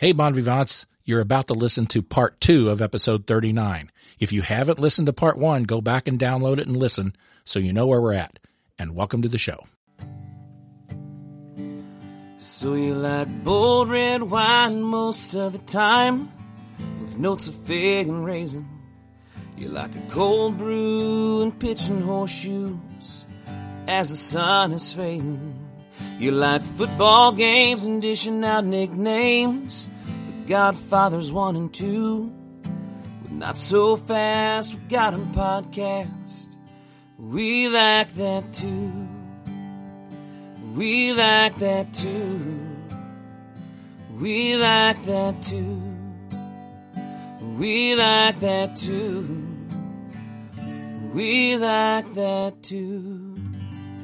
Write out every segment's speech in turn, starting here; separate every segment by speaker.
Speaker 1: Hey, Bon Vivants, you're about to listen to part two of episode 39. If you haven't listened to part one, go back and download it and listen so you know where we're at. And welcome to the show.
Speaker 2: So you like bold red wine most of the time with notes of fig and raisin. You like a cold brew and pitching horseshoes as the sun is fading. You like football games and dishing out nicknames. The Godfathers 1 and 2. With Not So Fast, we got 'em podcast. We like that too. We like that too. We like that too. We like that too. We like that too.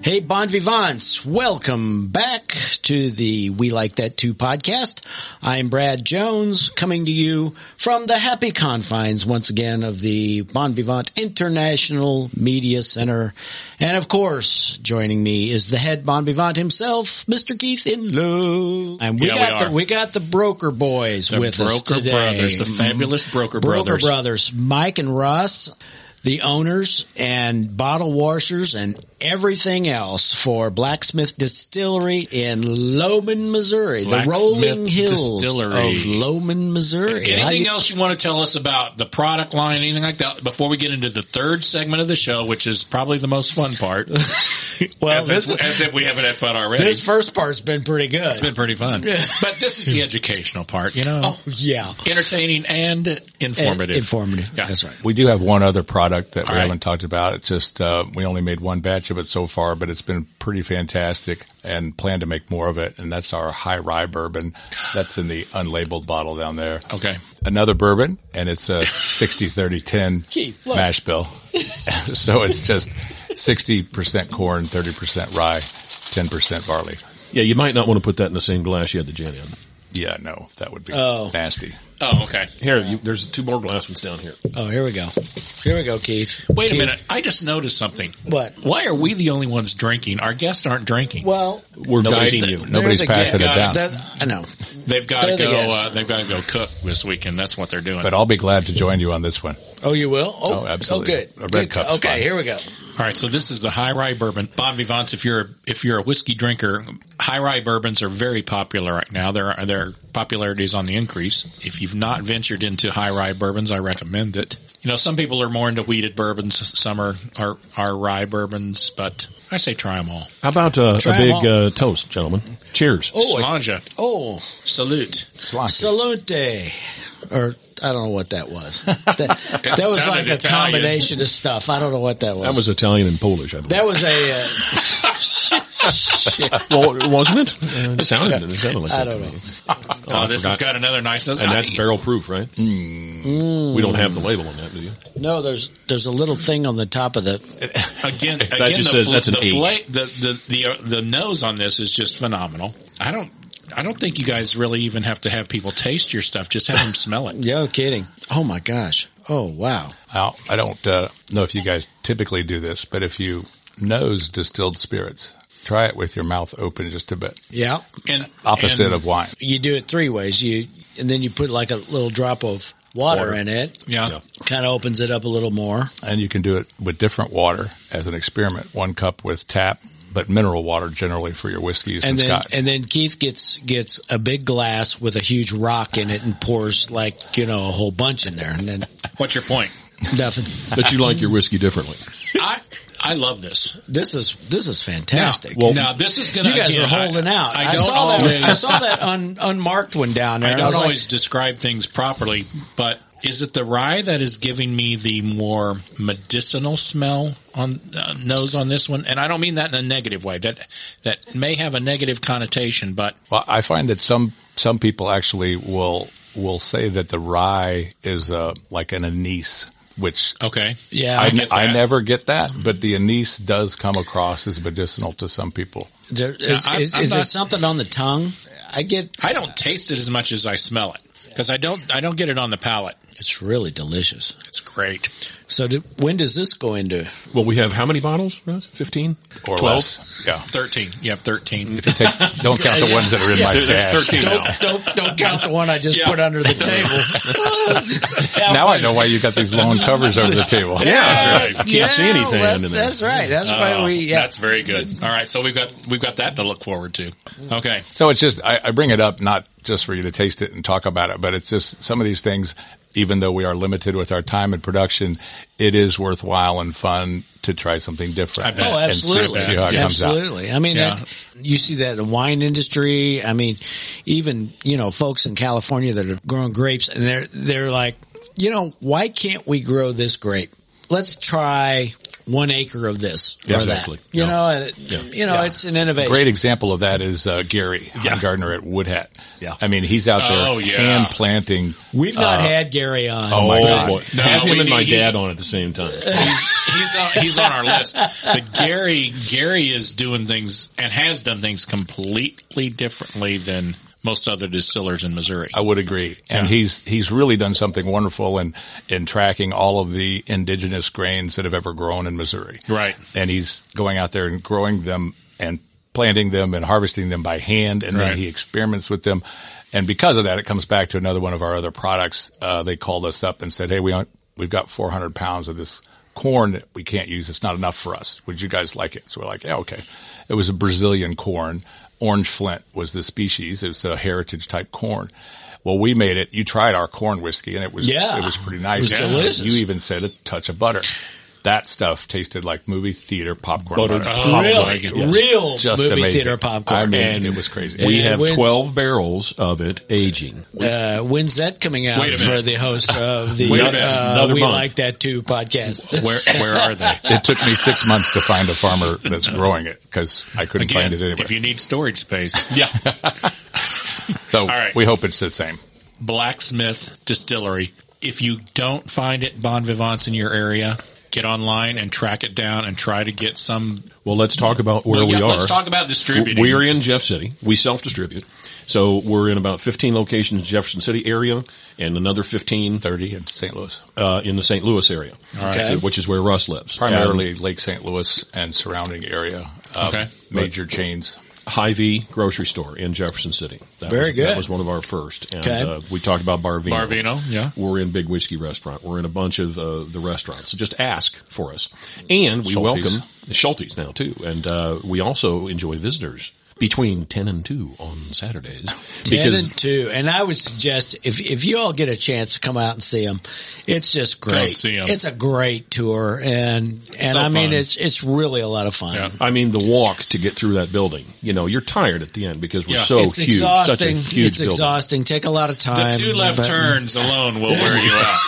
Speaker 3: Hey, Bon Vivants, welcome back to the We Like That Too podcast. I'm Brad Jones coming to you from the happy confines once again of the Bon Vivant International Media Center. And of course, joining me is the head Bon Vivant himself, Mr. Keith Inlow. And we
Speaker 4: Yeah, we
Speaker 3: got
Speaker 4: are.
Speaker 3: the, we got the broker boys
Speaker 4: The
Speaker 3: with us
Speaker 4: Broker
Speaker 3: today. Mm-hmm.
Speaker 4: Brothers, the fabulous Broker,
Speaker 3: Broker
Speaker 4: Brothers.
Speaker 3: Brothers, Mike and Russ, the owners and bottle washers and everything else for Blacksmith Distillery in Loman, Missouri. the
Speaker 4: Blacksmith
Speaker 3: rolling hills
Speaker 4: Distillery.
Speaker 3: of Loman, Missouri.
Speaker 4: Anything
Speaker 3: I-
Speaker 4: else you want to tell us about the product line, anything like that, before we get into the third segment of the show, which is probably the most fun part, as,
Speaker 3: Well, this,
Speaker 4: if, as if we haven't had fun already.
Speaker 3: this first part's been pretty good.
Speaker 4: it's been pretty fun. But this is the educational part, you know,
Speaker 3: yeah.
Speaker 4: entertaining and informative.
Speaker 3: Oh. Informative.
Speaker 4: Yeah.
Speaker 3: That's right.
Speaker 5: We do have one other product that we
Speaker 4: All right.
Speaker 5: haven't talked about. It's just uh, we only made one batch of it so far, but it's been pretty fantastic, and plan to make more of it. And that's our high rye bourbon. That's in the unlabeled bottle down there.
Speaker 4: Okay.
Speaker 5: Another bourbon, and it's a 60-30-10
Speaker 3: Keith, look.
Speaker 5: mash bill. so it's just sixty percent corn, thirty percent rye, ten percent barley.
Speaker 6: Yeah, you might not want to put that in the same glass you had the gin in.
Speaker 5: Yeah, no, that would be
Speaker 3: Oh.
Speaker 5: nasty.
Speaker 4: Oh, okay.
Speaker 6: Here, you, there's two more glass ones down here.
Speaker 3: Oh, here we go. Here we go, Keith.
Speaker 4: Wait a
Speaker 3: Keith,
Speaker 4: minute. I just noticed something.
Speaker 3: What?
Speaker 4: Why are we the only ones drinking? Our guests aren't drinking.
Speaker 3: Well,
Speaker 6: We're
Speaker 4: Nobody's
Speaker 6: guiding
Speaker 4: the-
Speaker 6: you.
Speaker 5: Nobody's
Speaker 3: there's a
Speaker 5: passing
Speaker 3: gap.
Speaker 5: it down.
Speaker 3: That- I know.
Speaker 4: they've got
Speaker 3: They're
Speaker 4: to
Speaker 3: the
Speaker 4: go.
Speaker 3: guests.
Speaker 4: Uh, they've got to go cook this weekend. That's what they're doing.
Speaker 5: But I'll be glad to join you on this one.
Speaker 3: Oh, you will? Oh,
Speaker 5: Oh, absolutely.
Speaker 3: Oh, good.
Speaker 5: A red
Speaker 3: Good.
Speaker 5: cup's
Speaker 3: Okay,
Speaker 5: fine.
Speaker 3: here we go.
Speaker 4: All right, so this is the high rye bourbon. Bon vivants, if you're a, if you're a whiskey drinker, high rye bourbons are very popular right now. Their their popularity is on the increase. If you've not ventured into high rye bourbons, I recommend it. You know, some people are more into wheated bourbons. Some are are, are rye bourbons, but I say try them all.
Speaker 6: How about uh, a
Speaker 3: Try 'em
Speaker 6: big
Speaker 3: all.
Speaker 6: uh, toast, gentlemen? Cheers.
Speaker 3: Oh, I-
Speaker 4: Slanja,
Speaker 3: Oh,
Speaker 4: salute.
Speaker 3: Salute. Or I don't know what that was. That, that was
Speaker 4: sounded
Speaker 3: like a
Speaker 4: Italian.
Speaker 3: combination of stuff. I don't know what that was.
Speaker 6: That was Italian and Polish, I believe.
Speaker 3: That was a. uh,
Speaker 6: well, wasn't it? Uh, it sounded, it sounded like
Speaker 3: Uh, I
Speaker 6: that
Speaker 3: don't
Speaker 6: to
Speaker 3: know.
Speaker 6: me.
Speaker 4: Oh, this has got another nice.
Speaker 6: And that's barrel proof, right? We don't have the label on that, do you?
Speaker 3: No, there's there's a little thing on the top of the.
Speaker 4: again, again the,
Speaker 6: just says
Speaker 4: fl-
Speaker 6: that's an
Speaker 4: the,
Speaker 6: age.
Speaker 4: fla- the the the uh, the nose on this is just phenomenal. I don't I don't think you guys really even have to have people taste your stuff; just have them smell it.
Speaker 3: Yo, kidding. Oh my gosh. Oh wow.
Speaker 5: Now, I don't uh, know if you guys typically do this, but if you nose distilled spirits, try it with your mouth open just a bit,
Speaker 3: Yeah.
Speaker 4: And
Speaker 5: opposite
Speaker 4: and-
Speaker 5: of wine.
Speaker 3: You do it three ways. You and then you put like a little drop of water,
Speaker 6: Water.
Speaker 3: in it.
Speaker 4: yeah,
Speaker 6: Yeah.
Speaker 3: Kind of opens it up a little more.
Speaker 5: And you can do it with different water as an experiment. One cup with tap, but mineral water generally for your whiskeys and,
Speaker 3: and then
Speaker 5: scotch.
Speaker 3: and then Keith gets gets a big glass with a huge rock in it and pours like you know a whole bunch in there and then
Speaker 4: What's your point?
Speaker 3: nothing.
Speaker 6: But you like your whiskey differently.
Speaker 4: I I love this.
Speaker 3: This is this is fantastic.
Speaker 6: well,
Speaker 4: Now this is gonna.
Speaker 3: Oh. you guys
Speaker 4: again,
Speaker 3: are holding
Speaker 4: I,
Speaker 3: out.
Speaker 4: I don't
Speaker 3: saw
Speaker 4: always.
Speaker 3: that. I saw that un, unmarked one down there.
Speaker 4: I don't
Speaker 3: was like,
Speaker 4: always describe things properly, but is it the rye that is giving me the more medicinal smell on uh, nose on this one? And I don't mean that in a negative way. That that may have a negative connotation, but
Speaker 5: Well, I find that some some people actually will will say that the rye is uh, like an anise, which
Speaker 4: okay.
Speaker 3: yeah,
Speaker 5: I,
Speaker 4: get
Speaker 5: I
Speaker 4: that.
Speaker 5: never get that, but the anise does come across as medicinal to some people.
Speaker 3: There- is,
Speaker 4: I-
Speaker 3: is-
Speaker 4: I'm
Speaker 3: is there
Speaker 4: not-
Speaker 3: something on the tongue? I get
Speaker 4: I don't taste it as much as I smell it. because I don't I don't get it on the palate.
Speaker 3: It's really delicious.
Speaker 4: It's great.
Speaker 3: So do, when does this go into?
Speaker 6: Well, we have how many bottles? Russ? Fifteen
Speaker 5: Or
Speaker 6: Twelve?
Speaker 5: less. Yeah.
Speaker 4: Thirteen. You have thirteen.
Speaker 5: If you take, don't count the ones that are in my stash.
Speaker 6: Thirteen now.
Speaker 3: Don't don't count the one I just
Speaker 4: Yeah.
Speaker 3: put under the table.
Speaker 5: Now I know why you got these long covers over the table.
Speaker 6: Yeah, that's right. You can't
Speaker 3: Yeah,
Speaker 6: see anything
Speaker 3: That's,
Speaker 6: under there.
Speaker 3: that's right. That's why we. Yeah.
Speaker 4: Oh, That's very good. All right, so we've got we've got that to look forward to. Okay,
Speaker 5: So it's just I, I bring it up not just for you to taste it and talk about it, but it's just some of these things. Even though we are limited with our time and production, it is worthwhile and fun to try something different.
Speaker 4: I bet.
Speaker 3: Oh,
Speaker 5: and see-
Speaker 3: absolutely.
Speaker 5: see how it comes out.
Speaker 3: absolutely. I mean,
Speaker 4: Yeah.
Speaker 3: that, you see that in the wine industry. I mean, even, you know, folks in California that are growing grapes and they're, they're like, you know, why can't we grow this grape? Let's try one acre of this or
Speaker 6: Exactly.
Speaker 3: that. You
Speaker 6: Yeah.
Speaker 3: know, and- you know, it's an innovation.
Speaker 5: Great example of that is uh, Gary
Speaker 6: Yeah.
Speaker 5: Gardner at Woodhat.
Speaker 6: Yeah.
Speaker 5: I mean, he's out there
Speaker 4: Oh, yeah.
Speaker 5: hand planting. uh,
Speaker 3: We've not had Gary on. Uh,
Speaker 5: Oh, my God.
Speaker 6: boy.
Speaker 4: No,
Speaker 6: have
Speaker 4: we
Speaker 6: him and my
Speaker 4: need- he's-
Speaker 6: dad on at the same time.
Speaker 4: he's he's on, he's on our list, but Gary Gary is doing things and has done things completely differently than most other distillers in Missouri.
Speaker 5: I would agree, and he's he's really done something wonderful in in tracking all of the indigenous grains that have ever grown in Missouri.
Speaker 4: Right.
Speaker 5: and he's going out there and growing them and planting them and harvesting them by hand, and
Speaker 4: Right.
Speaker 5: then he experiments with them. And because of that, it comes back to another one of our other products. Uh, they called us up and said, "Hey, we want, we've got 400 pounds of this corn that we can't use. It's not enough for us. Would you guys like it?" So we're like, "Yeah, okay." It was a Brazilian corn. Orange Flint was the species. It was a heritage type corn. Well, we made it. You tried our corn whiskey, and it was
Speaker 3: Yeah.
Speaker 5: it was pretty
Speaker 4: was
Speaker 5: nice. Yeah.
Speaker 3: delicious.
Speaker 5: You even said a touch of butter. That stuff tasted like movie theater popcorn.
Speaker 6: Buttered
Speaker 4: Oh,
Speaker 3: Really?
Speaker 4: my goodness.
Speaker 3: Real
Speaker 5: Just
Speaker 3: movie
Speaker 5: amazing.
Speaker 3: theater popcorn.
Speaker 5: I mean,
Speaker 6: And
Speaker 5: it was crazy.
Speaker 6: We
Speaker 3: And
Speaker 6: have
Speaker 3: when's-
Speaker 6: 12 barrels of it aging.
Speaker 3: uh, when's that coming out
Speaker 4: Wait a minute.
Speaker 3: for the host of the
Speaker 6: Wait a minute.
Speaker 3: uh,
Speaker 6: Another
Speaker 3: We
Speaker 6: month.
Speaker 3: Like That Too podcast?
Speaker 4: Where where are they?
Speaker 5: it took me six months to find a farmer that's growing it because I couldn't
Speaker 4: Again,
Speaker 5: find it anywhere.
Speaker 4: if you need storage space,
Speaker 6: Yeah.
Speaker 5: so
Speaker 4: right.
Speaker 5: we hope it's the same.
Speaker 4: Blacksmith Distillery. If you don't find it Bon Vivants in your area, get online and track it down and try to get some.
Speaker 6: Well, let's talk about where
Speaker 4: Yeah,
Speaker 6: we are.
Speaker 4: let's talk about distributing.
Speaker 6: We're in Jeff City. We self distribute. So we're in about 15 locations in Jefferson City area and another 15
Speaker 5: Thirty in St. Louis,
Speaker 6: uh, in the St. Louis area,
Speaker 3: Okay.
Speaker 6: so- which is where Russ lives.
Speaker 5: primarily Lake St. Louis and surrounding area. Uh,
Speaker 4: Okay.
Speaker 5: major chains.
Speaker 6: Hy-Vee grocery store in Jefferson City. That
Speaker 3: Very
Speaker 6: was,
Speaker 3: good.
Speaker 6: That was one of our first. And
Speaker 3: Okay.
Speaker 6: uh, we talked about Bar Vino.
Speaker 4: Bar Vino, yeah.
Speaker 6: We're in Big Whiskey Restaurant. We're in a bunch of uh, the restaurants. So just ask for us. And we
Speaker 5: Schulte's.
Speaker 6: welcome Schulte's now, too. And uh, we also enjoy visitors between 10 and 2 on Saturdays.
Speaker 3: Ten and two, and I would suggest if if you all get a chance to come out and see them, it's just great.
Speaker 4: see 'em.
Speaker 3: It's a great tour, and and
Speaker 4: So
Speaker 3: I mean
Speaker 4: fun.
Speaker 3: it's it's really a lot of fun.
Speaker 4: Yeah.
Speaker 6: I mean, the walk to get through that building. You know, you're tired at the end because we're
Speaker 4: Yeah.
Speaker 6: so
Speaker 3: it's
Speaker 6: Oh, huge. Such a
Speaker 3: exhausting.
Speaker 6: huge
Speaker 3: it's
Speaker 6: building.
Speaker 3: exhausting. Take a lot of
Speaker 4: The
Speaker 3: time.
Speaker 4: two left
Speaker 3: but-
Speaker 4: turns alone will wear you out.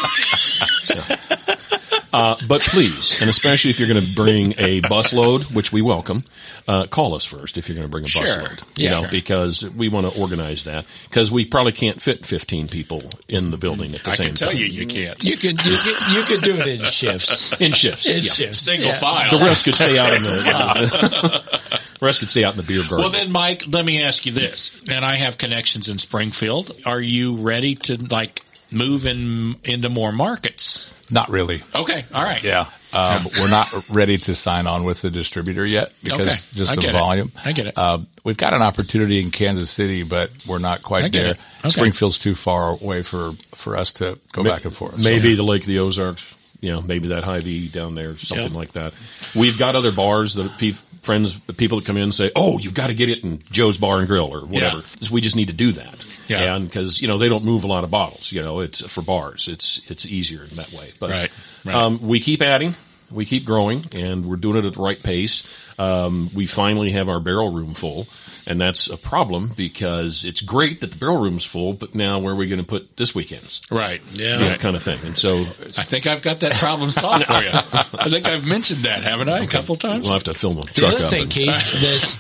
Speaker 6: But please, and especially if you're going to bring a busload, which we welcome, uh, call us first if you're going to bring a
Speaker 4: Sure.
Speaker 6: busload. You
Speaker 3: Yeah.
Speaker 6: know,
Speaker 3: Sure.
Speaker 6: because we want to organize that because we probably can't fit 15 people in the building at the
Speaker 4: I
Speaker 6: same
Speaker 4: can tell
Speaker 6: time.
Speaker 4: you, you can't.
Speaker 3: You could you could you could do it in shifts.
Speaker 6: In shifts.
Speaker 3: In
Speaker 6: yeah.
Speaker 3: shifts.
Speaker 4: Single
Speaker 3: Yeah.
Speaker 4: file.
Speaker 6: The rest could stay out in the, the rest could stay out in the beer garden.
Speaker 4: Well, then, Mike, let me ask you this. And I have connections in Springfield. Are you ready to like move in into more markets?
Speaker 5: Not really.
Speaker 4: Okay, all right.
Speaker 5: Yeah. Um, we're not ready to sign on with the distributor yet because
Speaker 4: Okay.
Speaker 5: just
Speaker 4: I
Speaker 5: the
Speaker 4: get it.
Speaker 5: volume.
Speaker 4: I get it.
Speaker 5: Um, we've got an opportunity in Kansas City, but we're not quite
Speaker 4: I get
Speaker 5: there.
Speaker 4: it. Okay.
Speaker 5: Springfield's too far away for, for us to go back and forth.
Speaker 6: Maybe the Lake of the Ozarks. You know, maybe that high V down there, something like that. We've got other bars that pe- friends, the people that come in and say, "Oh, you've got to get it in Joe's Bar and Grill or whatever." We just need to do that,
Speaker 4: Yeah.
Speaker 6: And because you know they don't move a lot of bottles, you know, it's for bars. It's it's easier in that way. But
Speaker 4: Right, right.
Speaker 6: Um, we keep adding, we keep growing, and we're doing it at the right pace. Um, we finally have our barrel room full, and that's a problem because it's great that the barrel room's full, but now where are we going to put this weekend's?
Speaker 4: Right.
Speaker 6: You know, kind of thing. And so
Speaker 4: I think I've got that problem solved for you. I think I've mentioned that, haven't I, a couple times?
Speaker 6: We'll have to film a
Speaker 3: The
Speaker 6: truck
Speaker 3: other
Speaker 6: up.
Speaker 3: thing,
Speaker 6: and-
Speaker 3: Keith,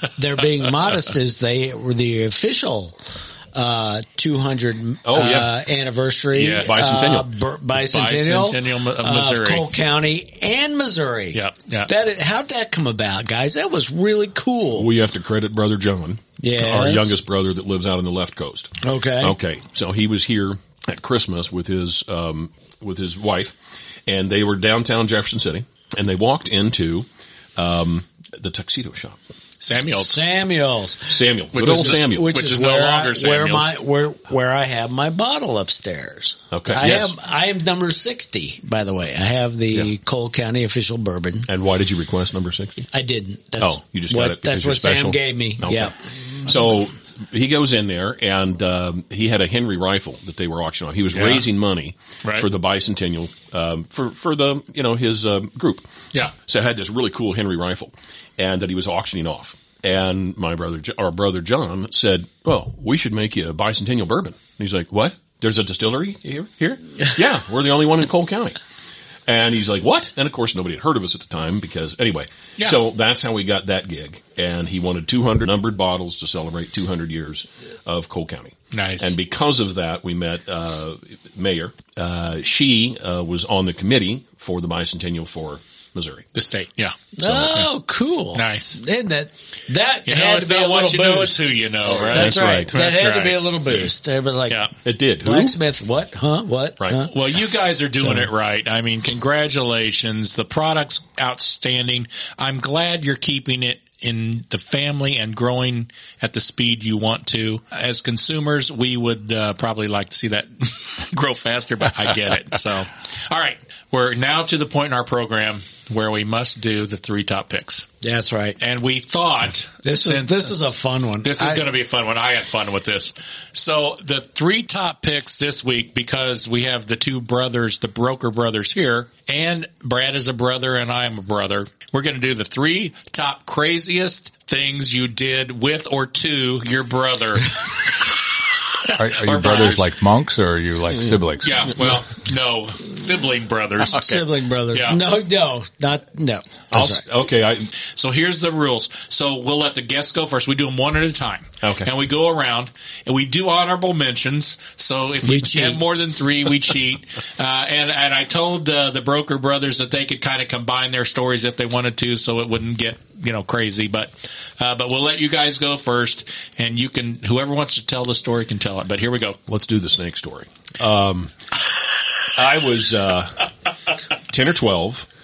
Speaker 3: that they're being modest is they were the official uh, 200
Speaker 6: Oh, yeah.
Speaker 3: uh, anniversary
Speaker 4: Yes.
Speaker 3: uh,
Speaker 6: Bicentennial.
Speaker 3: bur- bicentennial,
Speaker 4: Bicentennial of
Speaker 3: of
Speaker 4: Missouri.
Speaker 3: Cole County and Missouri.
Speaker 4: Yeah, yeah.
Speaker 3: That how'd that come about, guys? That was really cool.
Speaker 6: we have to credit brother John,
Speaker 3: Yes.
Speaker 6: our youngest brother that lives out on the left coast.
Speaker 3: okay.
Speaker 6: Okay, so he was here at Christmas with his um, with his wife, and they were downtown Jefferson City, and they walked into um, the tuxedo shop.
Speaker 4: Samuel.
Speaker 3: Samuel's.
Speaker 6: Samuel, good old
Speaker 4: is-
Speaker 6: Samuel.
Speaker 4: which is no
Speaker 3: where
Speaker 4: longer
Speaker 3: I, where
Speaker 4: Samuel's.
Speaker 3: my where where I have my bottle upstairs.
Speaker 6: Okay,
Speaker 3: I
Speaker 6: yes.
Speaker 3: am I am number sixty. By the way, I have the Cole County official bourbon.
Speaker 6: and why did you request number sixty?
Speaker 3: I didn't. That's
Speaker 6: Oh, you just
Speaker 3: what,
Speaker 6: got it.
Speaker 3: That's
Speaker 6: because you're
Speaker 3: what
Speaker 6: special?
Speaker 3: Sam gave me.
Speaker 6: Okay.
Speaker 3: Yeah.
Speaker 6: So he goes in there, and um, he had a Henry rifle that they were auctioning off. He was raising money
Speaker 4: Right.
Speaker 6: for the bicentennial um, for for the you know his um, group.
Speaker 4: Yeah.
Speaker 6: So I had this really cool Henry rifle, and that he was auctioning off. And my brother, Jo- our brother John, said, "Well, we should make you a bicentennial bourbon." And he's like, "What? There's a distillery here? Here? yeah, we're the only one in Cole County." And he's like, "What?" And of course, nobody had heard of us at the time because anyway. So that's how we got that gig. And he wanted 200 numbered bottles to celebrate 200 years of Cole County.
Speaker 4: Nice.
Speaker 6: And because of that, we met uh, Mayor. Uh, she uh, was on the committee for the bicentennial for Missouri.
Speaker 4: The state. Yeah.
Speaker 3: Oh, cool!
Speaker 4: Nice.
Speaker 3: Isn't that that
Speaker 4: You know,
Speaker 3: had
Speaker 4: it's
Speaker 3: to be
Speaker 4: not
Speaker 3: a
Speaker 4: what
Speaker 3: little
Speaker 4: you know, it's
Speaker 3: boost?
Speaker 4: who you know, right?
Speaker 3: That's,
Speaker 6: That's
Speaker 3: right.
Speaker 6: right.
Speaker 3: That
Speaker 4: That's
Speaker 3: had to
Speaker 4: right.
Speaker 3: be a little boost. Everybody like
Speaker 4: Yeah.
Speaker 6: It did. Who?
Speaker 3: blacksmith. What? Huh? What?
Speaker 6: Right.
Speaker 3: Huh?
Speaker 4: Well, you guys are doing it right. I mean, congratulations. The product's outstanding. I'm glad you're keeping it in the family and growing at the speed you want to. As consumers, we would uh, probably like to see that grow faster, but I get it. So, all right. We're now to the point in our program where we must do the three top picks.
Speaker 3: That's right.
Speaker 4: And we thought
Speaker 3: This is
Speaker 4: since-
Speaker 3: this is a fun one.
Speaker 4: this is
Speaker 3: I-
Speaker 4: going to be a fun one. I had fun with this. So the three top picks this week, because we have the two brothers, the broker brothers here, and Brad is a brother and I am a brother. We're going to do the three top craziest things you did with or to your brother.
Speaker 5: Are, are
Speaker 4: Or
Speaker 5: you brothers
Speaker 4: brothers.
Speaker 5: like monks or are you like siblings?
Speaker 4: yeah. Well, no, sibling brothers.
Speaker 3: sibling brother.
Speaker 4: Yeah.
Speaker 3: No, no, not no.
Speaker 6: I'll
Speaker 3: That's
Speaker 6: s-
Speaker 3: right.
Speaker 6: Okay, I,
Speaker 4: So here's the rules. So we'll let the guests go first. We do them one at a time.
Speaker 6: Okay.
Speaker 4: And we go around and we do honorable mentions. So if we,
Speaker 3: cheat.
Speaker 4: have more than three, we cheat. Uh, and, and I told uh, the broker brothers that they could kind of combine their stories if they wanted to so it wouldn't get, you know, crazy. But, uh, but we'll let you guys go first and you can, whoever wants to tell the story can tell it. But here we go.
Speaker 6: let's do the snake story. Um, I was uh, 10 or 12.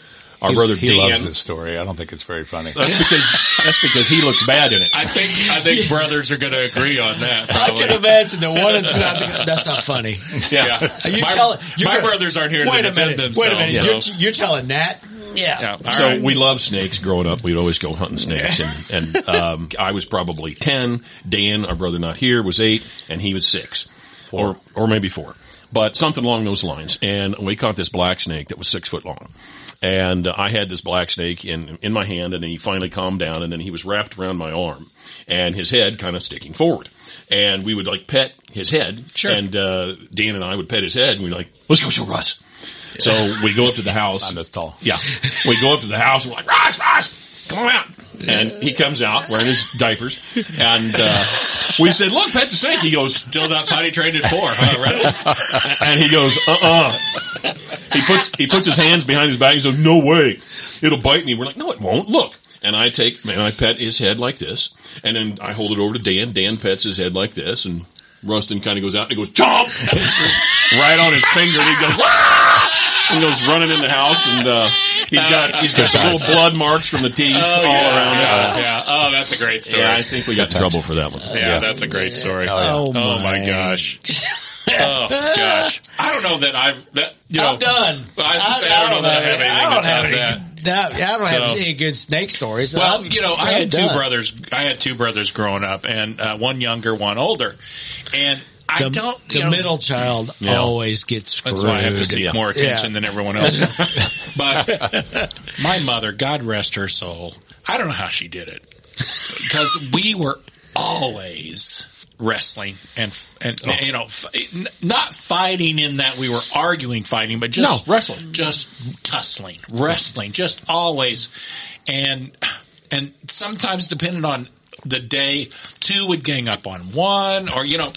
Speaker 6: Our
Speaker 5: He,
Speaker 6: brother
Speaker 5: he
Speaker 6: Dan.
Speaker 5: loves this story. I don't think it's very funny.
Speaker 6: That's because that's because he looks bad in it.
Speaker 4: I think, I think brothers are going to agree on that.
Speaker 3: I
Speaker 4: Probably.
Speaker 3: can imagine the one that's not. That's not funny.
Speaker 4: Yeah.
Speaker 3: Are you
Speaker 4: my
Speaker 3: telling- you're
Speaker 4: my
Speaker 3: gonna-
Speaker 4: brothers aren't here to
Speaker 3: Wait a
Speaker 4: defend
Speaker 3: minute.
Speaker 4: themselves.
Speaker 3: Wait a minute.
Speaker 4: so-
Speaker 3: You're, you're telling that? Yeah.
Speaker 4: Yeah. All
Speaker 6: so
Speaker 4: right.
Speaker 6: we loved snakes growing up. We'd always go hunting snakes, and, and um, I was probably ten. Dan, our brother not here, was eight, and he was six, or or maybe four, but something along those lines. And we caught this black snake that was six foot long, and I had this black snake in in my hand, and he finally calmed down, and then he was wrapped around my arm, and his head kind of sticking forward. And we would like pet his head,
Speaker 4: Sure.
Speaker 6: and uh, Dan and I would pet his head, and we'd like, let's go show Russ. So we go up to the house.
Speaker 5: Not as tall.
Speaker 6: Yeah. We go up to the house. We're like, Ross, Ross, come on out. And he comes out wearing his diapers. And uh, we said, look, pet the snake. He goes, still not potty trained at four.
Speaker 4: All right.
Speaker 6: And he goes, uh-uh. He puts he puts his hands behind his back. He says, no way. It'll bite me. We're like, no, it won't. Look. And I take, and I pet his head like this. And then I hold it over to Dan. Dan pets his head like this. And Rustin kind of goes out and he goes, chomp! right on his finger. And he goes, "Wah!" And goes running in the house. And uh, he's got he's got the little blood marks from the teeth all around him.
Speaker 4: Oh, Yeah, yeah. Oh, that's a great story.
Speaker 6: Yeah,
Speaker 4: Yeah,
Speaker 6: I think we got in trouble for that one.
Speaker 4: that's a great story. Oh
Speaker 3: Oh, my.
Speaker 4: my gosh. oh gosh. I don't know that I've that you know
Speaker 3: I'm done.
Speaker 4: I was just saying, I don't know that I have anything
Speaker 3: I don't
Speaker 4: to
Speaker 3: have
Speaker 4: top
Speaker 3: any- that- I don't have
Speaker 4: So-
Speaker 3: any good snake stories.
Speaker 4: Well,
Speaker 3: I'm-
Speaker 4: you know, I
Speaker 3: I'm
Speaker 4: had two
Speaker 3: done.
Speaker 4: brothers. I had two brothers growing up, and uh, one younger, one older. And I
Speaker 3: The,
Speaker 4: don't.
Speaker 3: the
Speaker 4: you know,
Speaker 3: middle child always gets screwed.
Speaker 4: That's why I have to seek
Speaker 6: Yeah.
Speaker 4: more attention
Speaker 3: Yeah.
Speaker 4: than everyone else. but my mother, God rest her soul, I don't know how she did it because we were always wrestling and and you know f- n- not fighting in that we were arguing fighting but just
Speaker 6: No, wrestling.
Speaker 4: just tussling wrestling just always and and sometimes depending on the day two would gang up on one or you know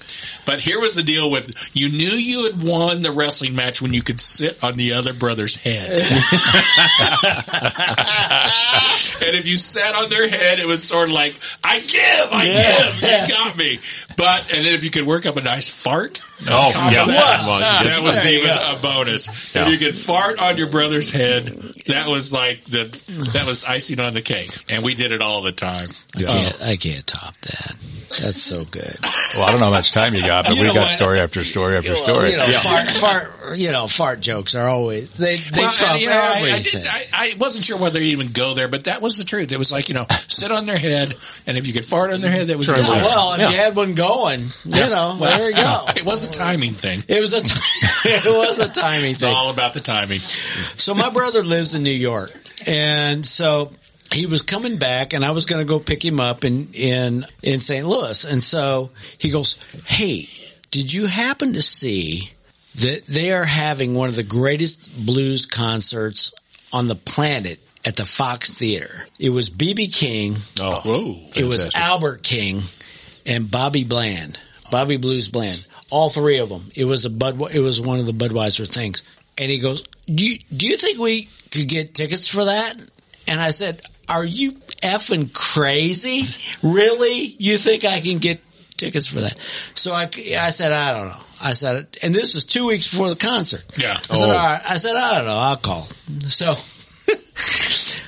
Speaker 4: but here was the deal with you knew you had won the wrestling match when you could sit on the other brother's head and if you sat on their head it was sort of like i give i give you got me but and then if you could work up a nice fart
Speaker 5: Oh, yeah.
Speaker 4: that,
Speaker 5: Well, you
Speaker 4: that was even a bonus
Speaker 5: Yeah.
Speaker 4: if you could fart on your brother's head that was like the that was icing on the cake and we did it all the time
Speaker 3: I can't, I can't top that. That's so good.
Speaker 5: Well, I don't know how much time you got, but
Speaker 3: You
Speaker 5: we
Speaker 3: know
Speaker 5: got
Speaker 3: what?
Speaker 5: story after story after story.
Speaker 3: You know,
Speaker 5: yeah.
Speaker 3: fart, fart, you know, fart jokes are always they they
Speaker 4: Well,
Speaker 3: trump
Speaker 4: and, you know, I- I,
Speaker 3: everything.
Speaker 4: didn't, I, I wasn't sure whether to even go there, but that was the truth. It was like you know, sit on their head, and if you could fart on their head, that was
Speaker 5: Sure,
Speaker 4: it.
Speaker 5: yeah.
Speaker 3: well, if you had one going, you know, there you go.
Speaker 4: It was a timing thing.
Speaker 3: It was a t- it was a timing
Speaker 4: It's
Speaker 3: thing.
Speaker 4: all about the timing.
Speaker 3: So my brother lives in New York, and so he was coming back, and I was going to go pick him up in in in St. Louis, and so he goes, "Hey, did you happen to see that they are having one of the greatest blues concerts on the planet?" At the Fox Theater, it was BB King,
Speaker 6: Oh,
Speaker 3: it was Albert King, and Bobby Bland, Bobby Blues Bland, all three of them. It was a Bud. It was one of the Budweiser things. And he goes, "Do you do you think we could get tickets for that?" And I said, "Are you effing crazy? Really? You think I can get tickets for that?" So I, I said, "I don't know." I said, and this was two weeks before the concert.
Speaker 4: Yeah.
Speaker 3: I said, "All
Speaker 5: Oh.
Speaker 3: right." I said, "I don't know. I'll call." So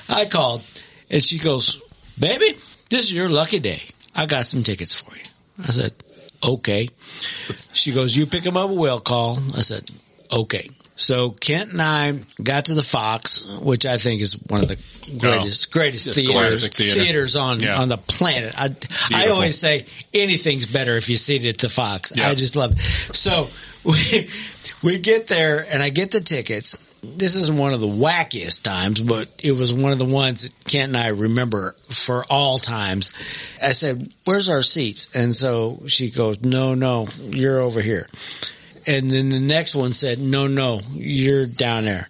Speaker 3: I called and she goes, baby, this is your lucky day. I got some tickets for you. I said, okay. She goes, you pick them up at will call. I said, okay. So Kent and I got to the Fox, which I think is one of the greatest, greatest theaters,
Speaker 4: classic theater.
Speaker 3: theaters on,
Speaker 4: Yeah.
Speaker 3: on the planet. I, I always say anything's better if you see it at the Fox. I just love it. So we, we get there and I get the tickets. This isn't one of the wackiest times, but it was one of the ones that Kent and I remember for all times. I said, where's our seats? And so she goes, no, no, you're over here. And then the next one said, no, no, you're down there.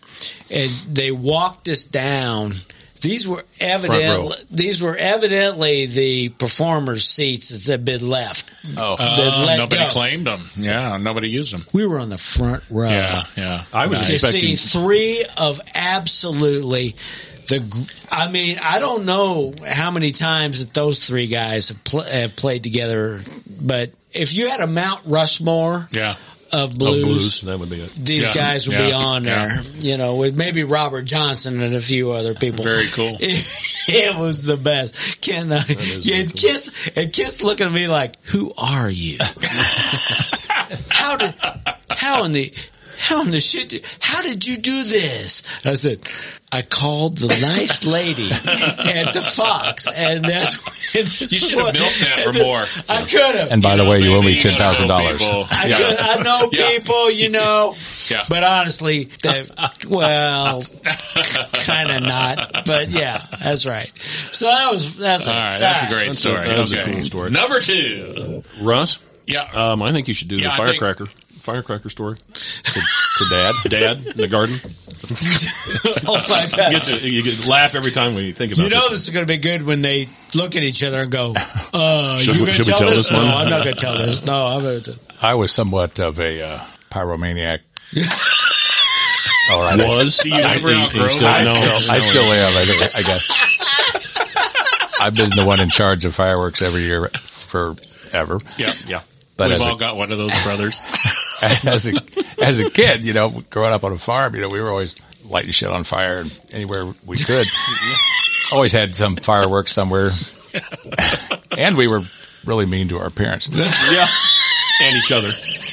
Speaker 3: And they walked us down. These were evidently,
Speaker 5: row.
Speaker 3: these were evidently the performers' seats that had been left.
Speaker 5: Oh.
Speaker 3: That let
Speaker 4: nobody
Speaker 3: go.
Speaker 4: claimed them. Yeah, nobody used them.
Speaker 3: We were on the front row
Speaker 4: Yeah, yeah.
Speaker 5: I was
Speaker 3: to see
Speaker 5: expecting
Speaker 3: three of absolutely the. gr- I mean, I don't know how many times that those three guys have, pl- have played together, but if you had a Mount Rushmore
Speaker 4: yeah.
Speaker 3: of
Speaker 6: blues.
Speaker 3: blues,
Speaker 6: That would be it.
Speaker 3: these
Speaker 4: Yeah.
Speaker 3: guys would be
Speaker 4: Yeah.
Speaker 3: on there, you know, with maybe Robert Johnson and a few other people.
Speaker 4: Very cool.
Speaker 3: It, it was the best. Ken, uh, yeah, and kids, and kids looking at me like, "Who are you? how did? How in the?" How in the shit? did- How did you do this? I said, I called the nice lady at the Fox, and that's when you
Speaker 4: should have milked that for more.
Speaker 3: I could have.
Speaker 5: And by the way, you owe me
Speaker 4: Maybe you
Speaker 5: ten
Speaker 4: don't know
Speaker 5: thousand dollars.
Speaker 4: people.
Speaker 3: I, could, I know people, you know.
Speaker 4: Yeah.
Speaker 3: But honestly, that, well, kind of not. But yeah, that's right. So that was that's
Speaker 4: All right, that's a great
Speaker 6: That's a-
Speaker 4: story.
Speaker 6: that was a
Speaker 4: okay.
Speaker 6: cool story.
Speaker 4: Number two.
Speaker 6: Russ,
Speaker 4: Yeah.
Speaker 6: um, I think you should do
Speaker 4: Yeah,
Speaker 6: the
Speaker 4: I think-
Speaker 6: firecracker. Firecracker story.
Speaker 5: To dad.
Speaker 6: Dad in the garden.
Speaker 3: Oh my
Speaker 6: You
Speaker 3: god!
Speaker 6: get to you get to laugh every time we think about
Speaker 3: You know
Speaker 6: this.
Speaker 3: this is going to be good when they look at each other and go, "Uh, you going
Speaker 6: we-
Speaker 3: to
Speaker 6: should we
Speaker 3: tell,
Speaker 6: tell
Speaker 3: this?
Speaker 6: this one?
Speaker 3: No, I'm not going to tell this. No, I'm going to."
Speaker 5: I was somewhat of a uh, pyromaniac. All right. I,
Speaker 6: Was
Speaker 4: you ever outgrow
Speaker 6: still,
Speaker 4: that?
Speaker 5: I
Speaker 6: no,
Speaker 5: still, I
Speaker 6: no,
Speaker 5: still am. I, think, I guess. I've been the one in charge of fireworks every year forever.
Speaker 4: yeah.
Speaker 6: Yeah.
Speaker 5: But
Speaker 4: We've
Speaker 5: as
Speaker 4: all
Speaker 5: a,
Speaker 4: got one of those brothers.
Speaker 5: as a as a kid, you know, growing up on a farm, you know, we were always lighting shit on fire and anywhere we could. always had some fireworks somewhere, and we were really mean to our parents.
Speaker 6: Yeah. And each other.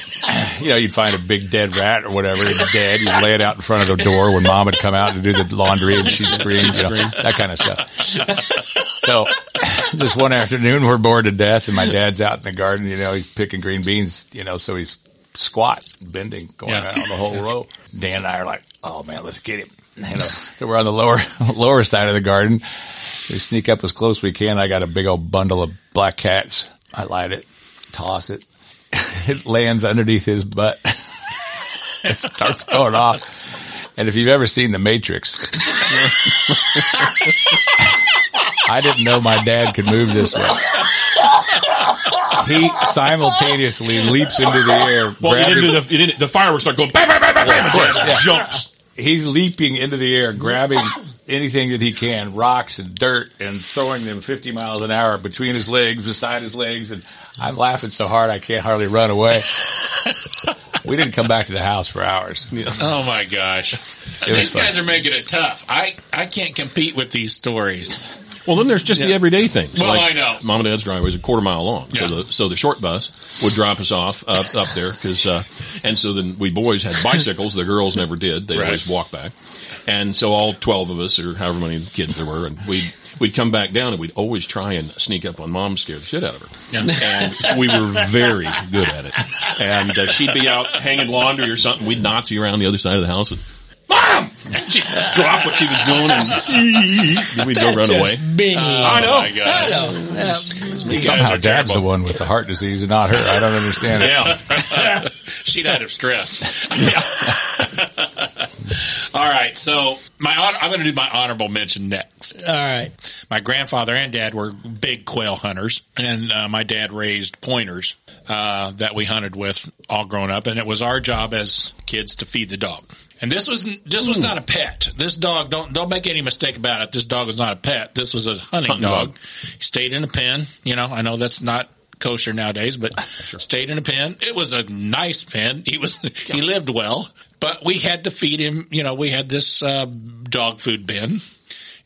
Speaker 5: You know, you'd find a big dead rat or whatever and dead. You'd lay it out in front of the door when mom would come out to do the laundry and she'd scream, you know, that kind of stuff. So this one afternoon, we're bored to death and my dad's out in the garden, you know, he's picking green beans, you know, so he's squat, bending, going
Speaker 4: Yeah.
Speaker 5: around the whole row. Dan and I are like, oh man, let's get him. You know, so we're on the lower, lower side of the garden. We sneak up as close we can. I got a big old bundle of black cats. I light it, toss it. It lands underneath his butt. it starts going off. And if you've ever seen The Matrix, I didn't know my dad could move this way. he simultaneously leaps into the air.
Speaker 6: Well, you
Speaker 5: grabbing-
Speaker 6: didn't do the, you didn't, the fireworks start going, bam, bam, bam, bam, bam, and Jack jumps.
Speaker 5: he's leaping into the air, grabbing anything that he can, rocks and dirt, and throwing them 50 miles an hour between his legs, beside his legs. And I'm laughing so hard I can't hardly run away. we didn't come back to the house for hours.
Speaker 4: Oh my gosh.
Speaker 5: was
Speaker 4: These
Speaker 5: fun.
Speaker 4: guys are making it tough. I, I can't compete with these stories.
Speaker 6: Well, then there's just the everyday things.
Speaker 4: Well, I know.
Speaker 6: Mom and Dad's driveway is a quarter mile long,
Speaker 4: Yeah.
Speaker 6: so the so the short bus would drop us off up, up there because, uh, and so then we boys had bicycles. the girls never did; they
Speaker 4: Right.
Speaker 6: always walked back. And so all twelve of us, or however many kids there were, and we. would We'd come back down and we'd always try and sneak up on mom, scare the shit out of her. And we were very good at it. And uh, she'd be out hanging laundry or something. We'd Nazi around the other side of the house and, Mom! And she'd drop what she was doing and we'd go run away.
Speaker 3: Uh,
Speaker 6: I know.
Speaker 4: Oh my gosh.
Speaker 5: Somehow Dad's the one with the heart disease and not her. I don't understand it.
Speaker 6: Yeah.
Speaker 4: She died of stress. All right, so my honor, I'm going to do my honorable mention next.
Speaker 3: All right.
Speaker 4: My grandfather and dad were big quail hunters, and uh, my dad raised pointers uh, that we hunted with all grown up, and it was our job as kids to feed the dog. And this was this was not a pet. This dog don't don't make any mistake about it. This dog was not a pet. This was a hunting,
Speaker 6: Hunting
Speaker 4: dog.
Speaker 6: dog.
Speaker 4: He stayed in a pen. You know, I know that's not kosher nowadays, but stayed in a pen. It was a nice pen. He was he lived well, but we had to feed him. You know, we had this uh, dog food bin,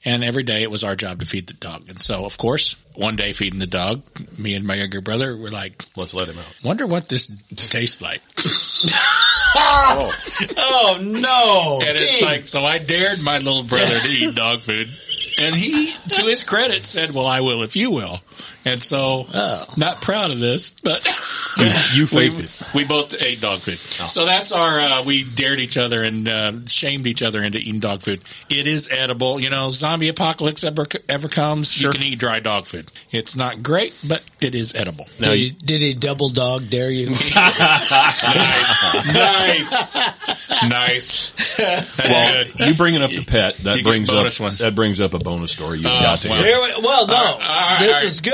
Speaker 4: and every day it was our job to feed the dog. And so, of course, one day feeding the dog, me and my younger brother were like,
Speaker 6: Let's let him out.
Speaker 4: "Wonder what this tastes like."
Speaker 3: Oh no!
Speaker 4: And it's
Speaker 3: Dang.
Speaker 4: like, so I dared my little brother to eat dog food. And he, to his credit, said, well, I will if you will. And so, not proud of this, but
Speaker 6: You faked it.
Speaker 4: we both ate dog food.
Speaker 7: Oh.
Speaker 4: So that's our, uh, we dared each other and uh, shamed each other into eating dog food. It is edible. You know, zombie apocalypse ever, ever comes, you can eat dry dog food. It's not great, but it is edible.
Speaker 6: Now,
Speaker 3: did,
Speaker 6: you,
Speaker 3: he, did he double dog dare you?
Speaker 4: nice. nice. That's
Speaker 6: well,
Speaker 4: good.
Speaker 6: you bringing up the pet that
Speaker 4: You get
Speaker 6: brings up
Speaker 4: bonus ones. Uh,
Speaker 6: that brings up a bonus story you've got to
Speaker 4: well.
Speaker 6: hear.
Speaker 3: Here we- well, no,
Speaker 4: right,
Speaker 3: this
Speaker 4: all right.
Speaker 3: is good.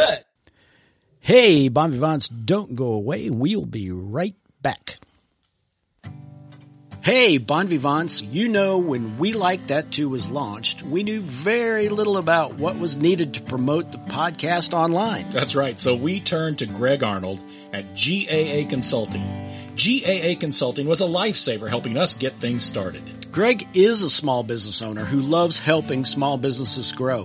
Speaker 3: Hey, Bon Vivants, don't go away. We'll be right back. Hey, Bon Vivants, you know when We Like That Too was launched, we knew very little about what was needed to promote the podcast online.
Speaker 7: That's right. So we turned to Greg Arnold at GAA Consulting. GAA Consulting was a lifesaver helping us get things started.
Speaker 3: Greg is a small business owner who loves helping small businesses grow.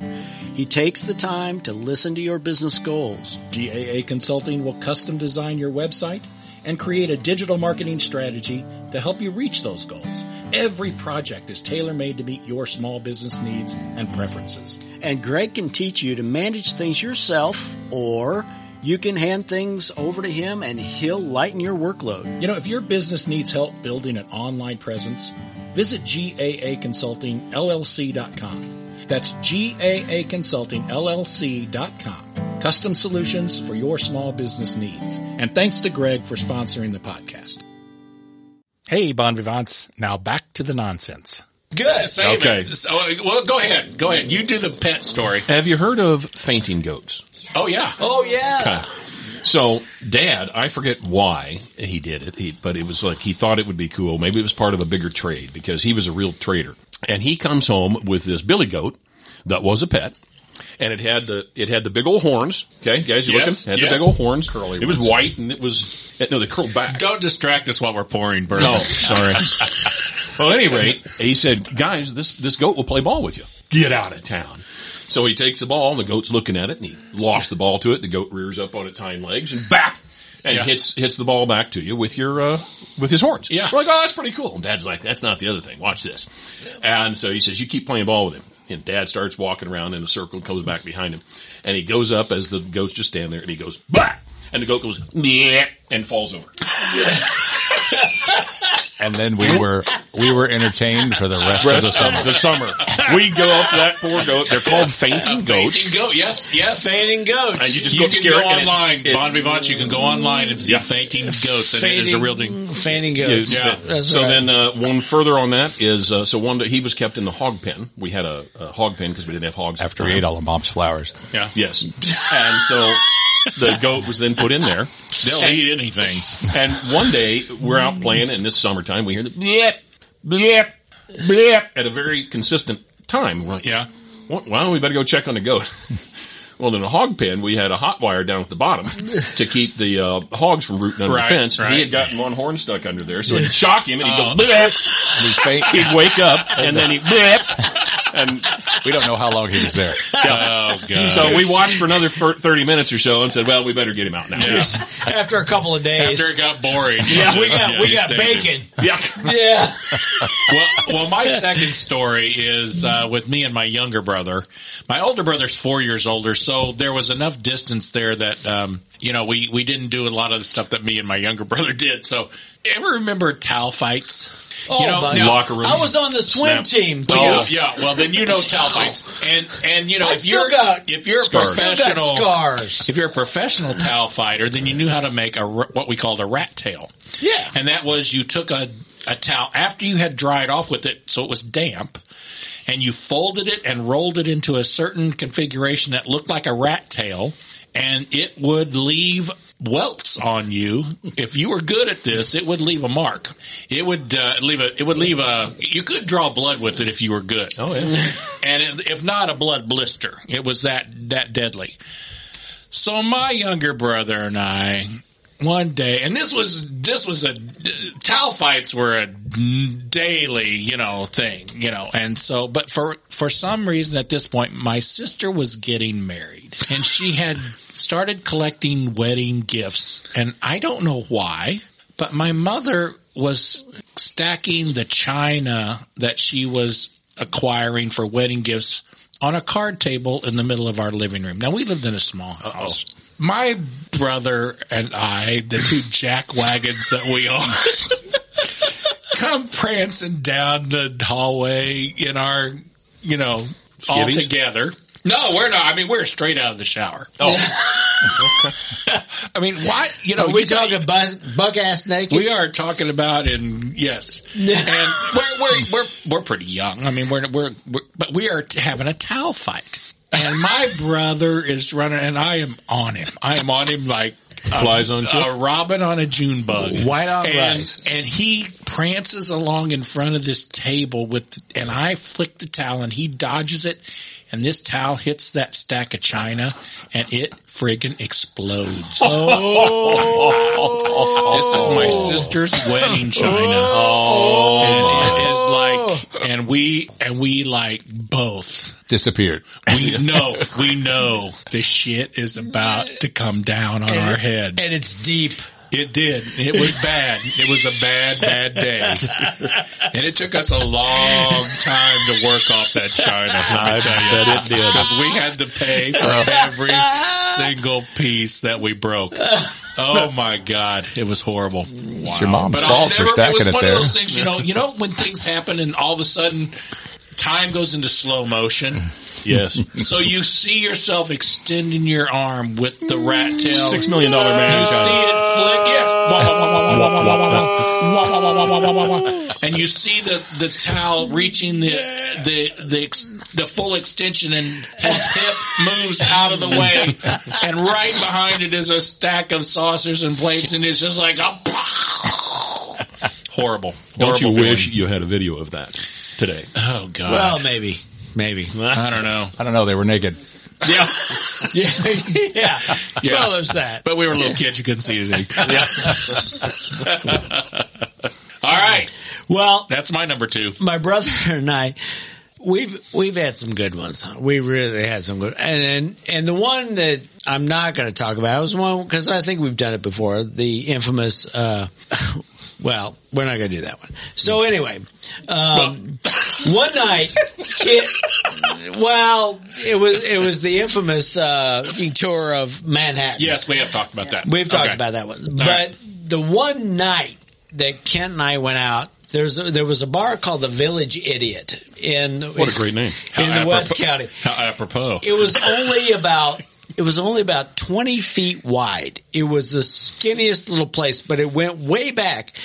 Speaker 3: He takes the time to listen to your business goals.
Speaker 7: GAA Consulting will custom design your website and create a digital marketing strategy to help you reach those goals. Every project is tailor made to meet your small business needs and preferences.
Speaker 3: And Greg can teach you to manage things yourself, or you can hand things over to him and he'll lighten your workload.
Speaker 7: You know, if your business needs help building an online presence, visit GAA Consulting LLC.com. That's GAA Consulting LLC.com. Custom solutions for your small business needs. And thanks to Greg for sponsoring the podcast.
Speaker 1: Hey, bon vivants. Now back to the nonsense.
Speaker 4: Good. Save
Speaker 6: Okay.
Speaker 4: it. So, well, go ahead. Go ahead. You do the pet story.
Speaker 6: Have you heard of fainting goats?
Speaker 4: Oh, yeah.
Speaker 3: Oh, yeah.
Speaker 6: So, Dad, I forget why he did it, he, but it was like he thought it would be cool. Maybe it was part of a bigger trade because he was a real trader. And he comes home with this billy goat that was a pet, and it had the it had the big old horns. Okay, guys, you
Speaker 4: Yes,
Speaker 6: looking? Had
Speaker 4: yes.
Speaker 6: the big old horns. Curly. It was white, and it was no, they curled back.
Speaker 4: Don't distract us while we're pouring bourbon.
Speaker 6: Oh, sorry. well, at any rate, he said, "Guys, this this goat will play ball with you. Get out of town." So he takes the ball, and the goat's looking at it, and he lofts the ball to it. The goat rears up on its hind legs and back, and
Speaker 4: Yeah.
Speaker 6: hits hits the ball back to you with your uh, with his horns.
Speaker 4: Yeah.
Speaker 6: we're like, "Oh, that's pretty cool." And Dad's like, "That's not the other thing. Watch this." And so he says, "You keep playing ball with him." And Dad starts walking around in a circle and comes back behind him, and he goes up as the goat's just standing there, and he goes, "Bah!" And the goat goes, "Yeah," and falls over.
Speaker 5: And then we were, we were entertained for the rest,
Speaker 6: rest
Speaker 5: of the summer.
Speaker 6: of the summer. We go up that poor goat. They're called fainting goats.
Speaker 4: Fainting goat. Yes, yes.
Speaker 3: Fanning goats.
Speaker 6: And you just
Speaker 4: you
Speaker 6: go
Speaker 4: can
Speaker 6: scare
Speaker 4: go
Speaker 6: it and it-
Speaker 4: online,
Speaker 6: it-
Speaker 4: Bon Vivant. You can go online and see fainting goats, and it is a real thing.
Speaker 3: Fanning
Speaker 6: Yes,
Speaker 3: goats.
Speaker 4: Yeah.
Speaker 6: that-
Speaker 3: That's
Speaker 6: So
Speaker 3: right.
Speaker 6: then, uh, one further on that is uh, so one day he was kept in the hog pen. We had a, a hog pen because we didn't have hogs at the
Speaker 5: After we
Speaker 6: time.
Speaker 5: ate all of mom's flowers.
Speaker 4: Yeah,
Speaker 6: Yes, and so the goat was then put in there.
Speaker 4: They'll eat anything.
Speaker 6: And one day we're out playing, and this summertime we hear the blip, blip, blip at a very consistent time. We're like,
Speaker 4: Yeah.
Speaker 6: "Why- why don't we better go check on the goat? well, in the hog pen, we had a hot wire down at the bottom to keep the uh, hogs from rooting under
Speaker 4: Right,
Speaker 6: the fence.
Speaker 4: right. Oh.
Speaker 6: He had gotten one horn stuck under there, so it'd shock him, and he'd go blip.
Speaker 5: We faint.
Speaker 6: He'd wake up, and then he blip. And
Speaker 5: we don't know how long he was there.
Speaker 4: Oh god.
Speaker 6: so we watched for another fir- thirty minutes or so, and said, "Well, we better get him out now."
Speaker 4: Yeah.
Speaker 3: After a couple of days.
Speaker 4: After it got boring.
Speaker 3: yeah, we got we
Speaker 4: you
Speaker 3: got
Speaker 4: saved it.
Speaker 3: bacon.
Speaker 6: yeah.
Speaker 3: Yeah.
Speaker 4: well, well, my second story is uh, with me and my younger brother. My older brother's four years older, so there was enough distance there that um, you know we we didn't do a lot of the stuff that me and my younger brother did. So, ever remember towel fights?
Speaker 3: Oh,
Speaker 4: you know,
Speaker 3: buddy.
Speaker 4: now-
Speaker 6: Locker room.
Speaker 3: I was on the swim
Speaker 6: Snap.
Speaker 3: team.
Speaker 4: well,
Speaker 3: Oh,
Speaker 4: yeah, yeah, well then you know towel fights, and and you know
Speaker 3: I
Speaker 4: if
Speaker 3: still
Speaker 4: you're
Speaker 3: got
Speaker 4: if you're a
Speaker 6: scars.
Speaker 3: Still got
Speaker 4: professional
Speaker 3: scars.
Speaker 4: if you're a professional towel fighter, then you knew how to make a r- what we called a rat tail.
Speaker 3: Yeah.
Speaker 4: and that was you took a a towel after you had dried off with it, so it was damp, and you folded it and rolled it into a certain configuration that looked like a rat tail, and it would leave welts on you if you were good at this it would leave a mark it would uh, leave a it would leave a you could draw blood with it if you were good
Speaker 6: Oh yeah.
Speaker 4: and if- if not a blood blister, it was that that deadly. So my younger brother and I, one day, and this was this was a towel fights were a daily, you know, thing, you know, and so, but for for some reason at this point, my sister was getting married, and she had started collecting wedding gifts, and I don't know why, but my mother was stacking the china that she was acquiring for wedding gifts on a card table in the middle of our living room. Now we lived in a small house. My brother and I, the two jack wagons that we are, come prancing down the hallway in our, you know, all
Speaker 6: Skivvies?
Speaker 4: together. No, we're not. I mean, we're straight out of the shower. Oh. I mean, why? You know,
Speaker 3: Are we
Speaker 4: you got-
Speaker 3: talking buzz, bug ass naked?
Speaker 4: we are talking about in yes, and we're we're we're, we're pretty young. I mean, we're, we're we're but we are having a towel fight, and my brother is running, and I am on him. I am on him like
Speaker 6: Flies on ship.
Speaker 4: a robin on a June bug.
Speaker 3: White on
Speaker 4: and,
Speaker 3: rice.
Speaker 4: And he prances along in front of this table with, and I flick the towel, and he dodges it. And this towel hits that stack of china, and it friggin' explodes.
Speaker 6: Oh.
Speaker 4: This is my
Speaker 5: Oh.
Speaker 4: sister's wedding china. and it is like, and we, and we like both.
Speaker 5: Disappeared.
Speaker 4: We know, we know the shit is about to come down on our heads.
Speaker 3: and it's deep.
Speaker 4: It did. It was bad. It was a bad, bad day. And it took us a long time to work off that china, let me tell you.
Speaker 5: bet it did. Uh.
Speaker 4: Because we had to pay for every single piece that we broke. Oh my God. It was horrible. Wow.
Speaker 5: your mom's
Speaker 4: But I'll
Speaker 5: fault for
Speaker 4: never-
Speaker 5: stacking
Speaker 4: it was
Speaker 5: it
Speaker 4: one
Speaker 5: there.
Speaker 4: of those things, you know, you know when things happen and all of a sudden time goes into slow motion?
Speaker 6: Yes.
Speaker 4: So you see yourself extending your arm with the rat tail.
Speaker 6: Six million dollar
Speaker 4: You
Speaker 6: man.
Speaker 4: see it flick, yes. Wah, wah, wah, wah, wah, wah, wah, wah, wah, wah, wah, wah, wah, wah, wah, wah. And you see the, the towel reaching the, the, the, ex- the full extension and his hip moves out of the way. And right behind it is a stack of saucers and plates and it's just like a horrible.
Speaker 6: Don't you
Speaker 4: horrible
Speaker 6: wish
Speaker 4: feeling.
Speaker 6: you had a video of that today?
Speaker 4: Oh God.
Speaker 3: Well, maybe. Maybe.
Speaker 4: I don't know.
Speaker 5: I don't know. They were naked.
Speaker 4: Yeah.
Speaker 3: yeah. yeah. Well, there's that.
Speaker 4: But we were little kids. You couldn't see anything. All right.
Speaker 3: Well,
Speaker 4: That's my number two.
Speaker 3: my brother and I, we've we've had some good ones. We really had some good, and and, and the one that I'm not going to talk about was one because I think we've done it before. The infamous. Uh, well, we're not going to do that one. So anyway, um, one night, it, well, it was it was the infamous uh, detour of Manhattan.
Speaker 4: Yes, we have talked about that.
Speaker 3: We've talked
Speaker 4: Okay.
Speaker 3: about that one. but
Speaker 4: All right.
Speaker 3: the one night that Kent and I went out, there's a, there was a bar called the Village Idiot in
Speaker 6: What a great name.
Speaker 3: in the
Speaker 4: How
Speaker 3: West
Speaker 4: apropos-
Speaker 3: County.
Speaker 4: How apropos.
Speaker 3: It was only about it was only about twenty feet wide. It was the skinniest little place, but it went way back.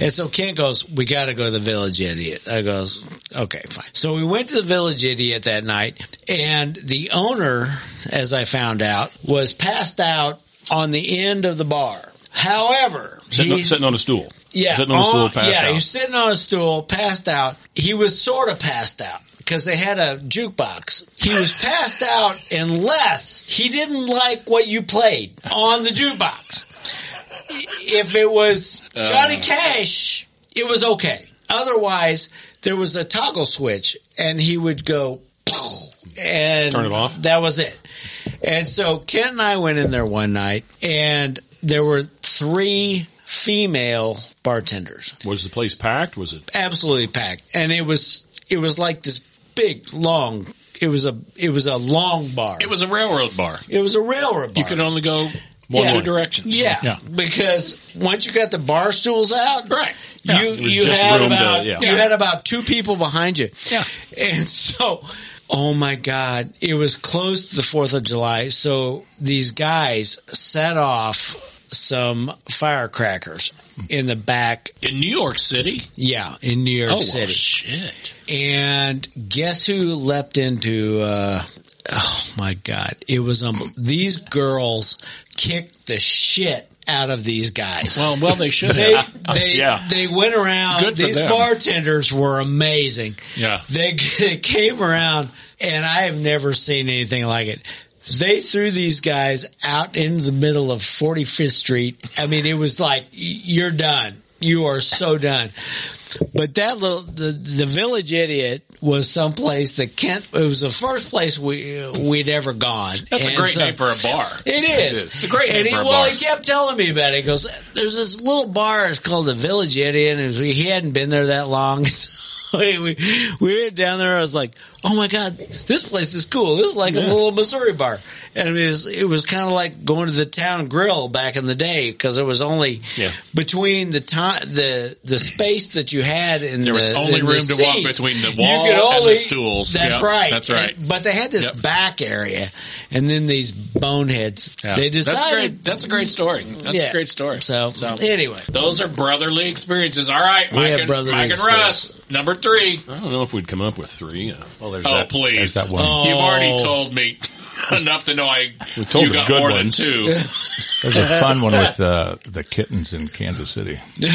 Speaker 3: And so Kent goes, "We got to go to the Village Idiot." I goes, Okay, fine. So we went to the Village Idiot that night, and the owner, as I found out, was passed out on the end of the bar. However,
Speaker 6: Sitting, on-
Speaker 3: he-
Speaker 6: sitting on a stool.
Speaker 3: yeah, Oh,
Speaker 6: Sitting on a stool, passed
Speaker 3: yeah,
Speaker 6: out.
Speaker 3: he was sitting on a stool, passed out. He was sort of passed out because they had a jukebox. He was passed out unless he didn't like what you played on the jukebox. If it was
Speaker 6: Uh.
Speaker 3: Johnny Cash, it was okay. Otherwise, there was a toggle switch, and he would go and
Speaker 6: Turn it off?
Speaker 3: That was it. And so Kent and I went in there one night, and there were three female bartenders,
Speaker 6: Was the place packed? Was it?
Speaker 3: absolutely packed, and it was it was like this big long. It was a it was a long bar.
Speaker 4: It was a railroad bar.
Speaker 3: it was a railroad bar.
Speaker 4: You could only go one
Speaker 3: Yeah.
Speaker 4: two directions.
Speaker 3: yeah,
Speaker 4: yeah.
Speaker 3: because once you got the bar stools out,
Speaker 4: Right. Yeah.
Speaker 3: you
Speaker 6: It was
Speaker 3: you
Speaker 6: just
Speaker 3: had
Speaker 6: room to-
Speaker 3: about
Speaker 6: yeah.
Speaker 3: you had about two people behind you.
Speaker 4: Yeah.
Speaker 3: and so. Oh my God. It was close to the 4th of July. So these guys set off some firecrackers in the back.
Speaker 4: In New York City.
Speaker 3: Yeah. In New York
Speaker 4: Oh well,
Speaker 3: City.
Speaker 4: shit!
Speaker 3: And guess who leapt into? Uh, oh my god! It was um. These girls kicked the shit out of these guys.
Speaker 4: Well, well, they should
Speaker 3: They
Speaker 4: have.
Speaker 3: they
Speaker 6: Yeah.
Speaker 3: they went around.
Speaker 4: Good for
Speaker 3: these
Speaker 4: them.
Speaker 3: bartenders were amazing.
Speaker 4: Yeah.
Speaker 3: they, they came around, and I have never seen anything like it. They threw these guys out into the middle of 45th Street. I mean, it was like y- you're done. You are so done. But that little the the village idiot was someplace that Kent. It was the first place we we'd ever gone.
Speaker 4: That's a
Speaker 3: And
Speaker 4: great
Speaker 3: so-
Speaker 4: name for a bar.
Speaker 3: it is.
Speaker 4: It's a great name
Speaker 3: and he,
Speaker 4: for a
Speaker 3: Well,
Speaker 4: bar.
Speaker 3: he kept telling me about it. He goes, "There's this little bar. It's called the Village Idiot." And we- he hadn't been there that long. So we, we we went down there. I was like, "Oh my god, this place is cool. This is like a little Missouri bar." And it was it was kind of like going to the town grill back in the day because it was only
Speaker 6: Yeah.
Speaker 3: between the time the the space that you had in
Speaker 4: There was
Speaker 3: the-
Speaker 4: only
Speaker 3: in the
Speaker 4: room to walk
Speaker 3: seats,
Speaker 4: between the
Speaker 3: you
Speaker 4: wall
Speaker 3: could
Speaker 4: and the
Speaker 3: only-
Speaker 4: stools.
Speaker 3: That's
Speaker 4: Yep,
Speaker 3: right.
Speaker 4: that's right.
Speaker 3: And- but they had this
Speaker 4: Yep.
Speaker 3: back area, and then these boneheads.
Speaker 4: Yeah.
Speaker 3: They
Speaker 4: That's a
Speaker 3: decided.
Speaker 4: great. That's a great story. That's
Speaker 3: Yeah.
Speaker 4: a great story.
Speaker 3: So, anyway,
Speaker 4: Those are brotherly experiences. All right,
Speaker 3: We have
Speaker 4: Mike, and,
Speaker 3: brotherly
Speaker 4: Mike and
Speaker 3: experience.
Speaker 4: Russ, number three.
Speaker 6: I don't know if we'd come up with three. Uh, well, there's
Speaker 4: Oh,
Speaker 5: that-
Speaker 4: please!
Speaker 5: there's that one.
Speaker 4: You've already
Speaker 3: Oh.
Speaker 4: told me enough to know I
Speaker 6: told
Speaker 4: you
Speaker 6: the
Speaker 4: got
Speaker 6: good
Speaker 4: more
Speaker 6: ones.
Speaker 4: than two.
Speaker 5: There's a fun one with uh, the kittens in Kansas City.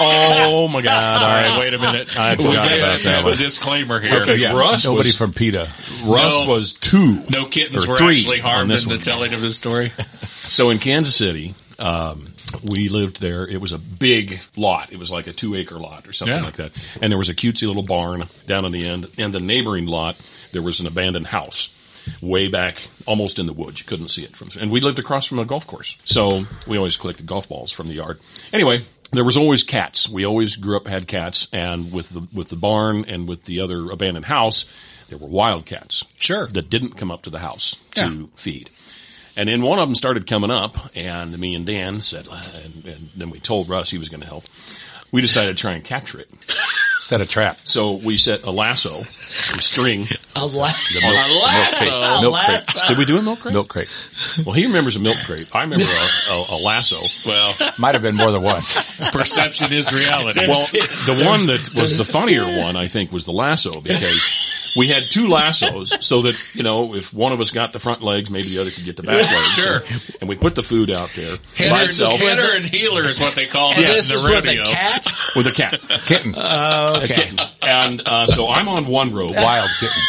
Speaker 6: Oh my God!
Speaker 4: All right, wait a minute.
Speaker 5: I
Speaker 4: we
Speaker 5: forgot
Speaker 4: gotta
Speaker 5: about that
Speaker 4: have a
Speaker 5: one.
Speaker 4: disclaimer here.
Speaker 6: Okay, yeah. Russ
Speaker 5: Oh, Nobody
Speaker 6: was-
Speaker 5: from PETA.
Speaker 6: Russ
Speaker 4: No.
Speaker 6: was two.
Speaker 4: No kittens
Speaker 6: or
Speaker 4: were
Speaker 6: three
Speaker 4: actually
Speaker 6: on
Speaker 4: harmed
Speaker 6: this
Speaker 4: in the
Speaker 6: one.
Speaker 4: telling of this story.
Speaker 6: So in Kansas City, um, we lived there. It was a big lot. It was like a two acre lot or something
Speaker 4: Yeah.
Speaker 6: like that. And there was a cutesy little barn down on the end. And the neighboring lot, there was an abandoned house way back almost in the woods. You couldn't see it from, and we lived across from a golf course. So we always collected golf balls from the yard. Anyway. There was always cats. We always grew up had cats, and with the with the barn and with the other abandoned house, there were wild cats.
Speaker 4: Sure.
Speaker 6: that didn't come up to the house
Speaker 4: Yeah.
Speaker 6: to feed. And then one of them started coming up, and me and Dan said, uh, and, and then we told Russ he was going to help. We decided to try and capture it.
Speaker 5: Set a trap.
Speaker 6: So we set a lasso, some string,
Speaker 3: a la-
Speaker 5: Milk crate. Milk crate. Did we do a milk crate? Milk crate.
Speaker 6: Well, he remembers a milk crate. I remember a, a, a lasso.
Speaker 4: Well,
Speaker 5: Might have been more than once.
Speaker 4: perception is reality.
Speaker 6: Well, the one that was the funnier one, I think, was the lasso because we had two lassos so that, you know, if one of us got the front legs, maybe the other could get the back legs.
Speaker 4: Sure.
Speaker 6: And we put the food out there by
Speaker 4: Hitter,
Speaker 6: itself
Speaker 4: hitter and healer is what they call it
Speaker 3: and
Speaker 4: in
Speaker 3: this
Speaker 4: the
Speaker 3: is with
Speaker 4: rodeo.
Speaker 3: a cat.
Speaker 6: with a cat.
Speaker 5: Kitten.
Speaker 3: Okay,
Speaker 6: And uh, so I'm on one rope.
Speaker 5: Wild kitten.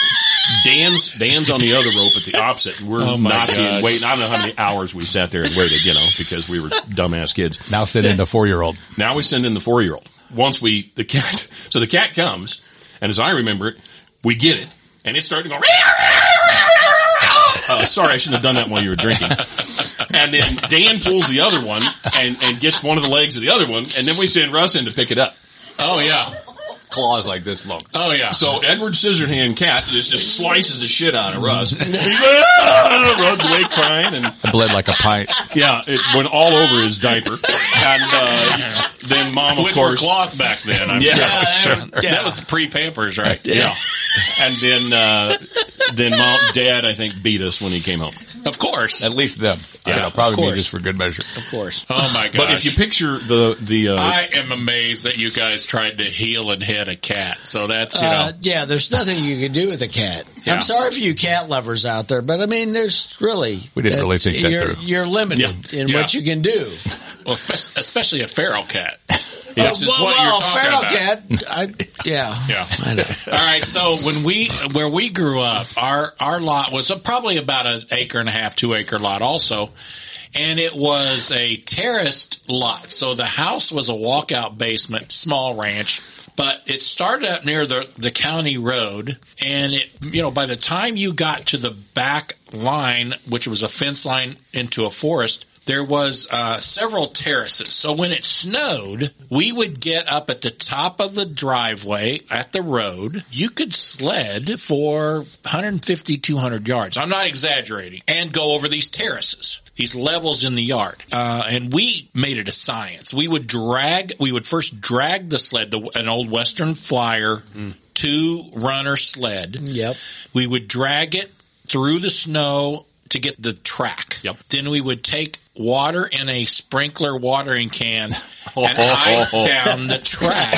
Speaker 6: Dan's Dan's on the other rope at the opposite, and we're
Speaker 4: Oh my
Speaker 6: knocking,
Speaker 4: God.
Speaker 6: waiting. I don't know how many hours we sat there and waited, you know, because we were dumbass kids.
Speaker 5: Now send in the four year old.
Speaker 6: Now we send in the four year old. Once we the cat, so the cat comes, and as I remember it, we get it, and it's starting to go. Uh, sorry, I shouldn't have done that while you were drinking. And then Dan pulls the other one and, and gets one of the legs of the other one, and then we send Russ in to pick it up.
Speaker 4: Oh yeah,
Speaker 5: Claws like this long.
Speaker 4: oh yeah.
Speaker 6: So Edward Scissorhand Cat just, just slices the shit out of Russ. He's like, "Ah!" runs away crying, and
Speaker 5: Bled like a pint.
Speaker 6: yeah, it went all over his diaper. And uh, then mom, of
Speaker 4: which were
Speaker 6: course,
Speaker 4: cloth back then. I'm
Speaker 6: Yeah,
Speaker 3: Uh,
Speaker 4: sure.
Speaker 5: sure.
Speaker 4: that was pre Pampers, right?
Speaker 6: yeah. And then uh, then mom, dad, I think beat us when he came home.
Speaker 4: Of course.
Speaker 5: At least them. Yeah,
Speaker 4: Yeah,
Speaker 5: I'll probably
Speaker 4: of
Speaker 5: be
Speaker 4: course.
Speaker 5: just for good measure.
Speaker 3: Of course.
Speaker 4: Oh my gosh.
Speaker 6: But if you picture the the uh,
Speaker 4: I am amazed that you guys tried to heel and head a cat. So that's, you
Speaker 3: Uh,
Speaker 4: know,
Speaker 3: yeah, there's nothing you can do with a cat.
Speaker 4: Yeah.
Speaker 3: I'm sorry for you cat lovers out there, but I mean, there's really
Speaker 5: We didn't really
Speaker 3: that's-
Speaker 5: think that
Speaker 3: you're,
Speaker 5: through.
Speaker 3: You're limited
Speaker 4: Yeah.
Speaker 3: in
Speaker 4: Yeah.
Speaker 3: what you can do.
Speaker 4: well, fes- especially a feral cat, which is
Speaker 3: Whoa,
Speaker 4: what
Speaker 3: whoa,
Speaker 4: you're talking
Speaker 3: feral
Speaker 4: about.
Speaker 3: cat. I, yeah,
Speaker 4: Yeah.
Speaker 3: I know.
Speaker 4: All right. So when we where we grew up, our our lot was probably about an acre and a half, two acre lot, also, and it was a terraced lot. So the house was a walkout basement, small ranch. But it started up near the, the county road, and it you know by the time you got to the back line, which was a fence line into a forest, there was uh, several terraces. So when it snowed, we would get up at the top of the driveway at the road. You could sled for 150, 200 yards. I'm not exaggerating. And go over these terraces, these levels in the yard. Uh, and we made it a science. We would drag, we would first drag the sled, the, an old Western Flyer two runner sled.
Speaker 3: Yep.
Speaker 4: We would drag it through the snow to get the track.
Speaker 6: Yep.
Speaker 4: Then we would take water in a sprinkler watering can and ice down the track.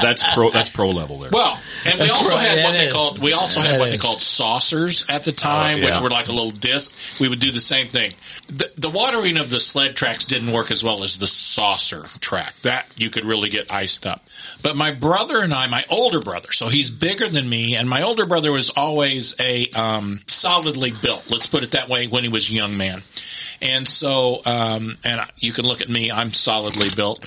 Speaker 6: that's pro that's pro level there.
Speaker 4: Well, and we also
Speaker 3: right,
Speaker 4: had what
Speaker 3: it
Speaker 4: they
Speaker 3: is.
Speaker 4: called we also had
Speaker 3: It
Speaker 4: what they
Speaker 3: is. Oh,
Speaker 4: called saucers at the time,
Speaker 6: yeah.
Speaker 4: which were like a little disc. We would do the same thing. The, the watering of the sled tracks didn't work as well as the saucer track. That you could really get iced up. But my brother and I, my older brother, so he's bigger than me, and my older brother was always a um, solidly built. Let's put it that way. When he was a young man, and so um, and I- you can look at me. I'm solidly built.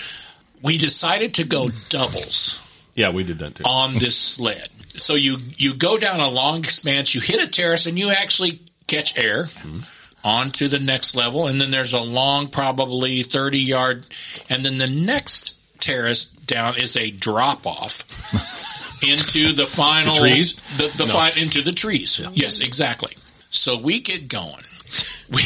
Speaker 4: We decided to go doubles
Speaker 6: yeah, we did that too.
Speaker 4: on this sled. So you you go down a long expanse, you hit a terrace, and you actually catch air
Speaker 6: Mm-hmm.
Speaker 4: onto the next level, and then there's a long, probably thirty yard, and then the next terrace down is a drop off into the final
Speaker 6: The trees?
Speaker 4: the, the fi- into the trees. Yes, exactly. So we get going. We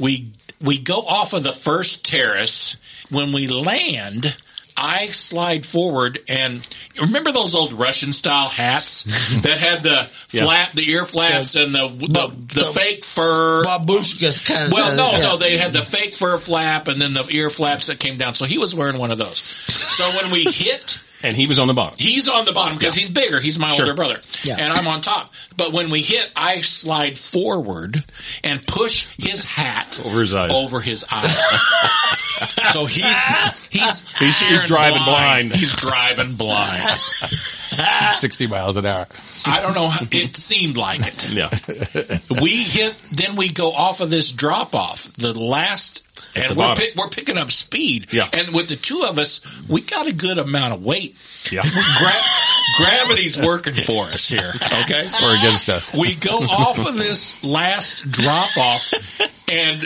Speaker 4: we we go off of the first terrace. When we land, I slide forward and remember those old Russian style hats that had the flat, the ear flaps, and the the, the
Speaker 3: the-
Speaker 4: fake fur.
Speaker 3: Babushka kind of.
Speaker 4: Well, no,
Speaker 3: yeah.
Speaker 4: no, they had the fake fur flap and then the ear flaps that came down. So he was wearing one of those. So when we hit
Speaker 6: and he was on the bottom.
Speaker 4: He's on the bottom because he's bigger. He's my older brother.
Speaker 3: Yeah.
Speaker 4: And I'm on top. But when we hit, I slide forward and push his hat
Speaker 6: Over his eyes.
Speaker 4: Over his eyes. so he's he's
Speaker 6: He's- he's
Speaker 4: iron
Speaker 6: driving blind.
Speaker 4: He's driving blind.
Speaker 5: 60 miles an hour.
Speaker 4: I don't know. How, it seemed like it.
Speaker 6: Yeah,
Speaker 4: we hit then we go off of this drop off the last and
Speaker 6: the
Speaker 4: we're,
Speaker 6: bottom.
Speaker 4: pick, we're picking up speed
Speaker 6: Yeah.
Speaker 4: and with the two of us we got a good amount of weight
Speaker 6: Yeah.
Speaker 4: Gra- gravity's working for us here okay
Speaker 5: Or against us.
Speaker 4: we go off of this last drop off and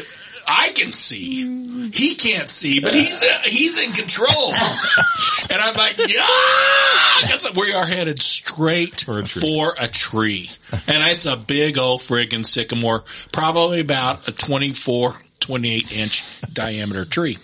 Speaker 4: I can see. He can't see, but he's uh, he's in control. and I'm like, yeah, That's- we are headed straight
Speaker 6: For a tree.
Speaker 4: for a tree. And it's a big old friggin' sycamore, probably about a 24, 28 inch diameter tree.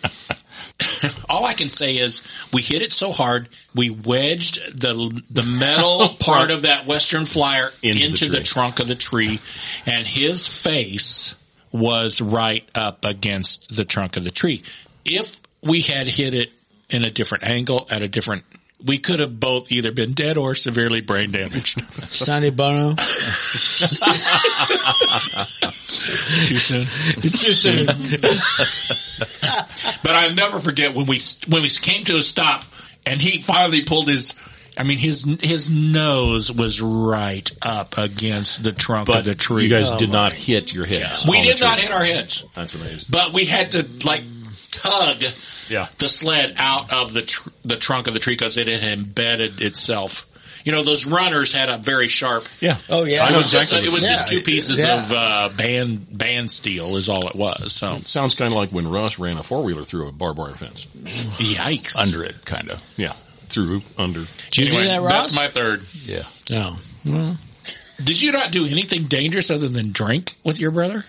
Speaker 4: All I can say is we hit it so hard, we wedged the the metal part of that Western Flyer
Speaker 6: Into the
Speaker 4: into, the,
Speaker 6: tree.
Speaker 4: trunk of the tree, and his face was right up against the trunk of the tree. If we had hit it in a different angle at a different, we could have both either been dead or severely brain damaged.
Speaker 3: Sonny Bono.
Speaker 4: Too soon. But I'll never forget when we when we came to a stop and he finally pulled his. I mean, his his nose was right up against the trunk of
Speaker 6: but
Speaker 4: the tree. Oh,
Speaker 6: you guys did not hit your head.
Speaker 4: we did not hit our heads,
Speaker 6: That's amazing.
Speaker 4: but we had to like tug
Speaker 6: Yeah.
Speaker 4: the sled out of the tr- the trunk of the tree because it had embedded itself. You know, those runners had a very sharp.
Speaker 6: Yeah.
Speaker 3: Oh, yeah.
Speaker 6: I
Speaker 4: It
Speaker 6: know
Speaker 4: was just
Speaker 6: exactly.
Speaker 4: it was
Speaker 6: what-
Speaker 4: just two pieces
Speaker 3: Yeah.
Speaker 4: of uh, band band steel is all it was. So
Speaker 6: Sounds kind of like when Russ ran a four wheeler through a barbed wire fence.
Speaker 4: yikes!
Speaker 5: Under it, kind of.
Speaker 6: Yeah, through under.
Speaker 3: Did you do that, Ross?
Speaker 4: that's my third.
Speaker 5: Yeah.
Speaker 3: no.
Speaker 4: Did you not do anything dangerous other than drink with your brother?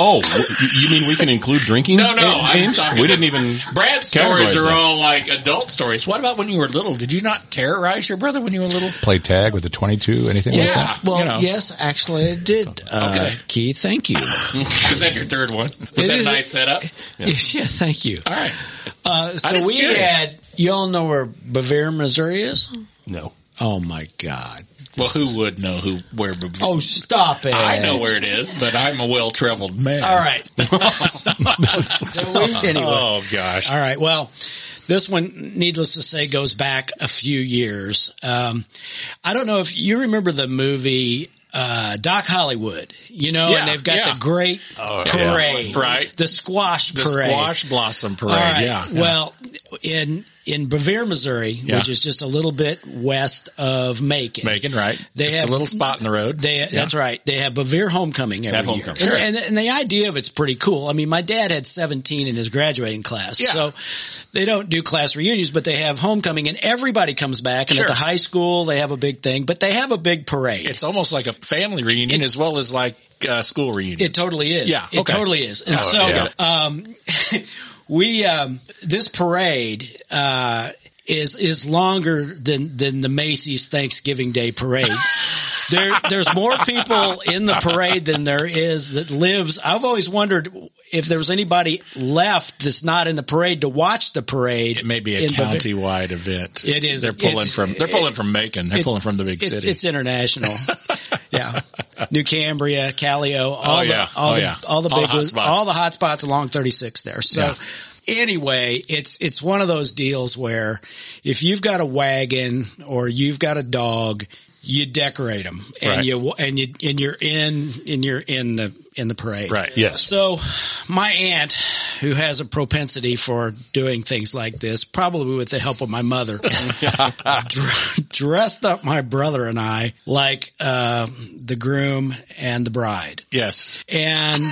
Speaker 6: Oh, you you mean we can include drinking?
Speaker 4: No, no,
Speaker 6: in
Speaker 4: I'm
Speaker 6: games?
Speaker 4: talking-
Speaker 6: we didn't even.
Speaker 4: Brad's stories
Speaker 6: categorize
Speaker 4: are
Speaker 6: that.
Speaker 4: all like adult stories. What about when you were little? Did you not terrorize your brother when you were little?
Speaker 5: Play tag with the 22, anything like
Speaker 4: Yeah.
Speaker 5: that?
Speaker 3: Well,
Speaker 4: you know.
Speaker 3: yes, actually, I did. Uh,
Speaker 4: Okay.
Speaker 3: Keith, thank you.
Speaker 4: Is that your third one? Was
Speaker 3: It
Speaker 4: that a
Speaker 3: is-
Speaker 4: nice setup?
Speaker 3: Yeah, thank you.
Speaker 4: All right.
Speaker 3: Uh, so
Speaker 4: I'm just
Speaker 3: we
Speaker 4: curious.
Speaker 3: had. You all know where Bavaria, Missouri is?
Speaker 6: No.
Speaker 3: Oh my God!
Speaker 4: Well, who would know who where?
Speaker 3: Oh, stop it!
Speaker 4: I know where it is, but I'm a well-traveled man.
Speaker 3: All right. So we- anyway.
Speaker 4: Oh gosh.
Speaker 3: All right. Well, this one, needless to say, goes back a few years. Um, I don't know if you remember the movie uh, Doc Hollywood, you know,
Speaker 4: Yeah,
Speaker 3: and they've got
Speaker 4: yeah.
Speaker 3: the great parade,
Speaker 4: Right.
Speaker 3: The squash
Speaker 4: The
Speaker 3: parade.
Speaker 4: squash blossom parade.
Speaker 3: All right.
Speaker 4: Yeah.
Speaker 3: Well, in in Bevere, Missouri,
Speaker 4: Yeah.
Speaker 3: which is just a little bit west of Macon,
Speaker 4: Macon, right?
Speaker 3: They
Speaker 4: Just
Speaker 3: have-
Speaker 4: a little spot in the road.
Speaker 3: They, That's right. They have Bevere Homecoming every
Speaker 6: Have
Speaker 3: year.
Speaker 6: homecoming.
Speaker 3: And-
Speaker 6: Sure.
Speaker 3: And, and the idea of it's pretty cool. I mean, my dad had 17 in his graduating class.
Speaker 4: Yeah.
Speaker 3: So they don't do class reunions, but they have homecoming and everybody comes back. And
Speaker 4: Sure.
Speaker 3: at the high school, they have a big thing, but they have a big parade.
Speaker 4: It's almost like a family reunion as well as like uh, school reunion.
Speaker 3: It totally is.
Speaker 4: Yeah,
Speaker 3: It
Speaker 4: okay.
Speaker 3: totally is. And
Speaker 4: Oh,
Speaker 3: so,
Speaker 4: yeah.
Speaker 3: um, we, um, this parade, uh, is, is longer than, than the Macy's Thanksgiving Day parade. there, there's more people in the parade than there is that lives. I've always wondered if there was anybody left that's not in the parade to watch the parade.
Speaker 4: It may be a
Speaker 3: in Bava-
Speaker 4: county-wide event.
Speaker 3: It is.
Speaker 4: They're pulling
Speaker 3: It's-
Speaker 4: from. They're pulling from Macon. They're
Speaker 3: it-
Speaker 4: pulling from the big
Speaker 3: It's,
Speaker 4: city.
Speaker 3: it's international. yeah. New Cambria, Callio, all
Speaker 4: Oh,
Speaker 3: the,
Speaker 4: yeah.
Speaker 3: all
Speaker 4: Oh,
Speaker 3: the,
Speaker 4: yeah.
Speaker 3: all the
Speaker 4: All
Speaker 3: big,
Speaker 4: the hot
Speaker 3: ones-
Speaker 4: spots.
Speaker 3: all the hot spots along 36 there. So
Speaker 4: Yeah.
Speaker 3: anyway, it's, it's one of those deals where if you've got a wagon or you've got a dog, you decorate them and
Speaker 4: Right.
Speaker 3: you, and you, and you're in, and you're in the, in the parade.
Speaker 4: Right.
Speaker 5: Yes.
Speaker 3: So my aunt, who has a propensity for doing things like this, probably with the help of my mother, dr- dressed up my brother and I like uh, the groom and the bride.
Speaker 4: yes.
Speaker 3: And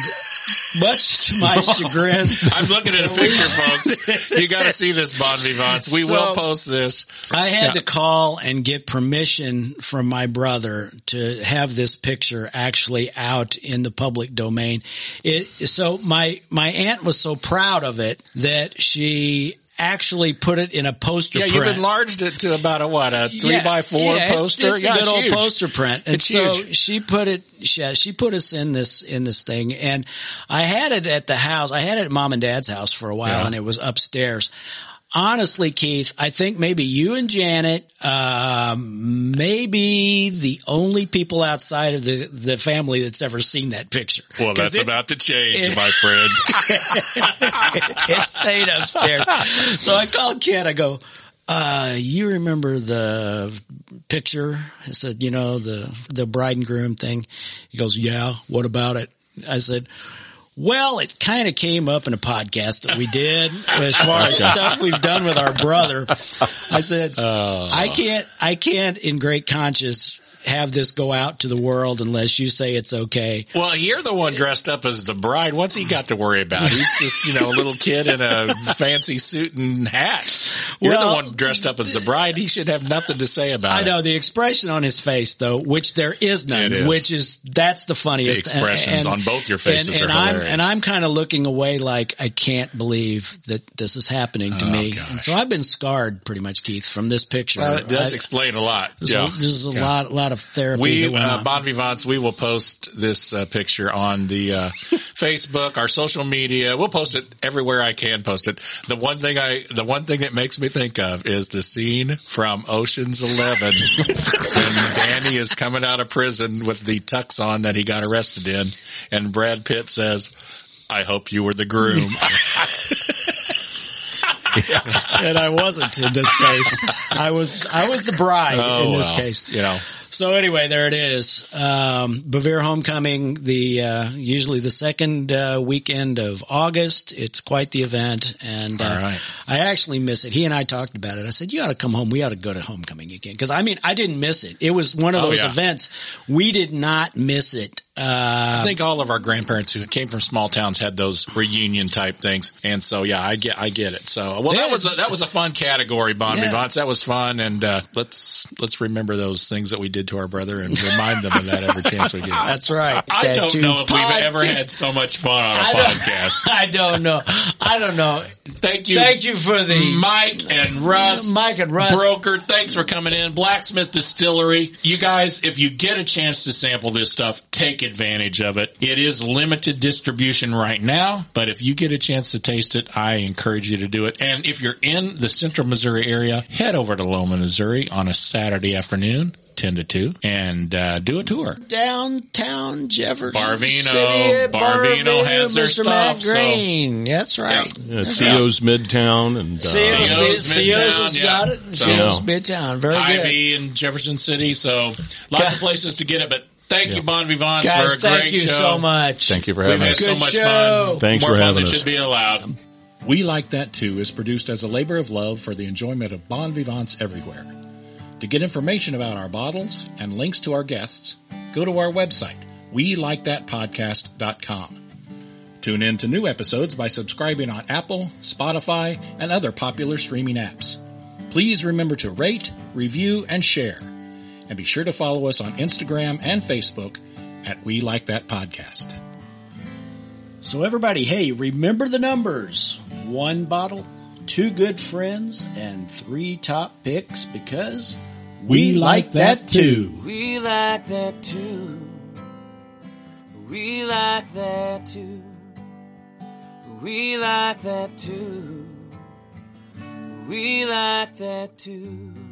Speaker 3: much to my chagrin,
Speaker 4: I'm looking at a picture, folks. You got to see this, Bon Vivants. We
Speaker 3: So-
Speaker 4: will post this.
Speaker 3: I had to call and get permission from my brother to have this picture actually out in the public domain. It, so my, my aunt was so proud of it that she actually put it in a poster
Speaker 4: Yeah,
Speaker 3: print.
Speaker 4: you've enlarged it to about a what a three
Speaker 3: Yeah,
Speaker 4: by four
Speaker 3: yeah, it's-
Speaker 4: poster.
Speaker 3: It's,
Speaker 4: yeah,
Speaker 3: a good old
Speaker 4: huge.
Speaker 3: poster print. And
Speaker 4: It's
Speaker 3: so
Speaker 4: huge.
Speaker 3: she put it, she, she put us in this, in this thing. And I had it at the house. I had it at mom and dad's house for a while and it was upstairs. Honestly, Keith, I think maybe you and Janet, um, maybe the only people outside of the, the family that's ever seen that picture.
Speaker 4: Well,
Speaker 3: 'Cause
Speaker 4: that's
Speaker 3: it-
Speaker 4: about to change, my friend.
Speaker 3: it stayed upstairs. So I called Ken. I go, uh, you remember the picture? I said, you know, the, the bride and groom thing. He goes, yeah, what about it? I said, well, it kind of came up in a podcast that we did as far as stuff we've done with our brother. I said, I can't, I can't in great conscience have this go out to the world unless you say it's okay.
Speaker 4: Well, you're the one dressed up as the bride. What's he got to worry about? He's just you know a little kid in a fancy suit and hat. You're
Speaker 3: Well-
Speaker 4: the one dressed up as the bride. He should have nothing to say about
Speaker 3: I
Speaker 4: it.
Speaker 3: know the expression on his face, though, which there is none,
Speaker 4: It is.
Speaker 3: which is that's the funniest.
Speaker 4: The expressions on both your faces
Speaker 3: and, and
Speaker 4: are
Speaker 3: I'm,
Speaker 4: hilarious.
Speaker 3: And I'm kind of looking away, like I can't believe that this is happening
Speaker 4: Oh,
Speaker 3: to me. And so I've been scarred pretty much, Keith, from this picture.
Speaker 4: Well, it does
Speaker 3: I-
Speaker 4: explain a lot.
Speaker 3: there's
Speaker 4: Yeah.
Speaker 3: a, there's a lot, lot of therapy.
Speaker 4: We,
Speaker 3: that went
Speaker 4: uh,
Speaker 3: on.
Speaker 4: Bon Vivants, we will post this uh, picture on the uh, Facebook, our social media. We'll post it everywhere I can post it. The one thing I, the one thing that makes me think of is the scene from Ocean's Eleven when Danny is coming out of prison with the tux on that he got arrested in, and Brad Pitt says, "I hope you were the groom."
Speaker 3: and I wasn't in this case. I was, I was the bride in this
Speaker 4: Oh, wow.
Speaker 3: case.
Speaker 4: you know.
Speaker 3: So anyway, there it is. Um, Bevere Homecoming, the uh, usually the second uh, weekend of August. It's quite the event, and uh,
Speaker 4: All right.
Speaker 3: I actually miss it. He and I talked about it. I said, "You ought to come home. We ought to go to homecoming again." Because I mean, I didn't miss it. It was one of
Speaker 4: Oh,
Speaker 3: those
Speaker 4: yeah.
Speaker 3: events we did not miss it Uh,
Speaker 4: I think all of our grandparents who came from small towns had those reunion type things, and so yeah, I get I get it. So well, that
Speaker 3: Yeah.
Speaker 4: was a, that was a fun category, Bon
Speaker 3: Yeah.
Speaker 4: Vivants. That was fun, and uh, let's let's remember those things that we did to our brother and remind them of that every chance we get.
Speaker 3: That's right.
Speaker 4: I don't
Speaker 3: Tattoo
Speaker 4: know if we've ever
Speaker 3: podcast.
Speaker 4: had so much fun on a
Speaker 3: I don't-
Speaker 4: podcast.
Speaker 3: I don't know. I don't know.
Speaker 4: Thank you,
Speaker 3: Thank you for the
Speaker 4: Mike and Russ.
Speaker 3: Mike and Russ.
Speaker 4: Broker, thanks for coming in. Blacksmith Distillery. You guys, if you get a chance to sample this stuff, take advantage of it. It is limited distribution right now, but if you get a chance to taste it, I encourage you to do it. And if you're in the central Missouri area, head over to Loma, Missouri on a Saturday afternoon. 10 to 2 and uh, do a tour.
Speaker 3: downtown Jefferson
Speaker 4: Barvino.
Speaker 3: City,
Speaker 4: Barvino has their
Speaker 3: Mr. Matt
Speaker 4: stuff, so-
Speaker 3: Green. That's right.
Speaker 6: Yeah, Theo's Midtown and uh,
Speaker 3: Seals,
Speaker 4: Theo's
Speaker 3: Mid- Seals has
Speaker 4: Midtown, yeah.
Speaker 3: got it. and
Speaker 4: So-
Speaker 3: Seals Midtown. Very good.
Speaker 4: Ivy in Jefferson City, so lots of places to get it, but thank you Bon Vivants
Speaker 3: Guys,
Speaker 4: for a
Speaker 3: thank
Speaker 4: great
Speaker 3: you
Speaker 4: show.
Speaker 3: so much.
Speaker 5: Thank you for
Speaker 4: We've
Speaker 5: having
Speaker 4: had
Speaker 5: us.
Speaker 4: so
Speaker 3: Good
Speaker 4: much
Speaker 3: show.
Speaker 4: fun.
Speaker 6: Thanks
Speaker 4: More
Speaker 6: for
Speaker 4: fun
Speaker 6: having
Speaker 4: than
Speaker 6: us.
Speaker 4: should be allowed.
Speaker 7: We Like That Too is produced as a labor of love for the enjoyment of bon vivants everywhere. To get information about our bottles and links to our guests, go to our website, welikethatpodcast.com. Tune in to new episodes by subscribing on Apple, Spotify, and other popular streaming apps. Please remember to rate, review, and share. And be sure to follow us on Instagram and Facebook at We Like That Podcast.
Speaker 8: So, everybody, hey, remember the numbers one bottle, two good friends, and three top picks because
Speaker 7: We like that too.
Speaker 2: We like that too. We like that too. We like that too. We like that too.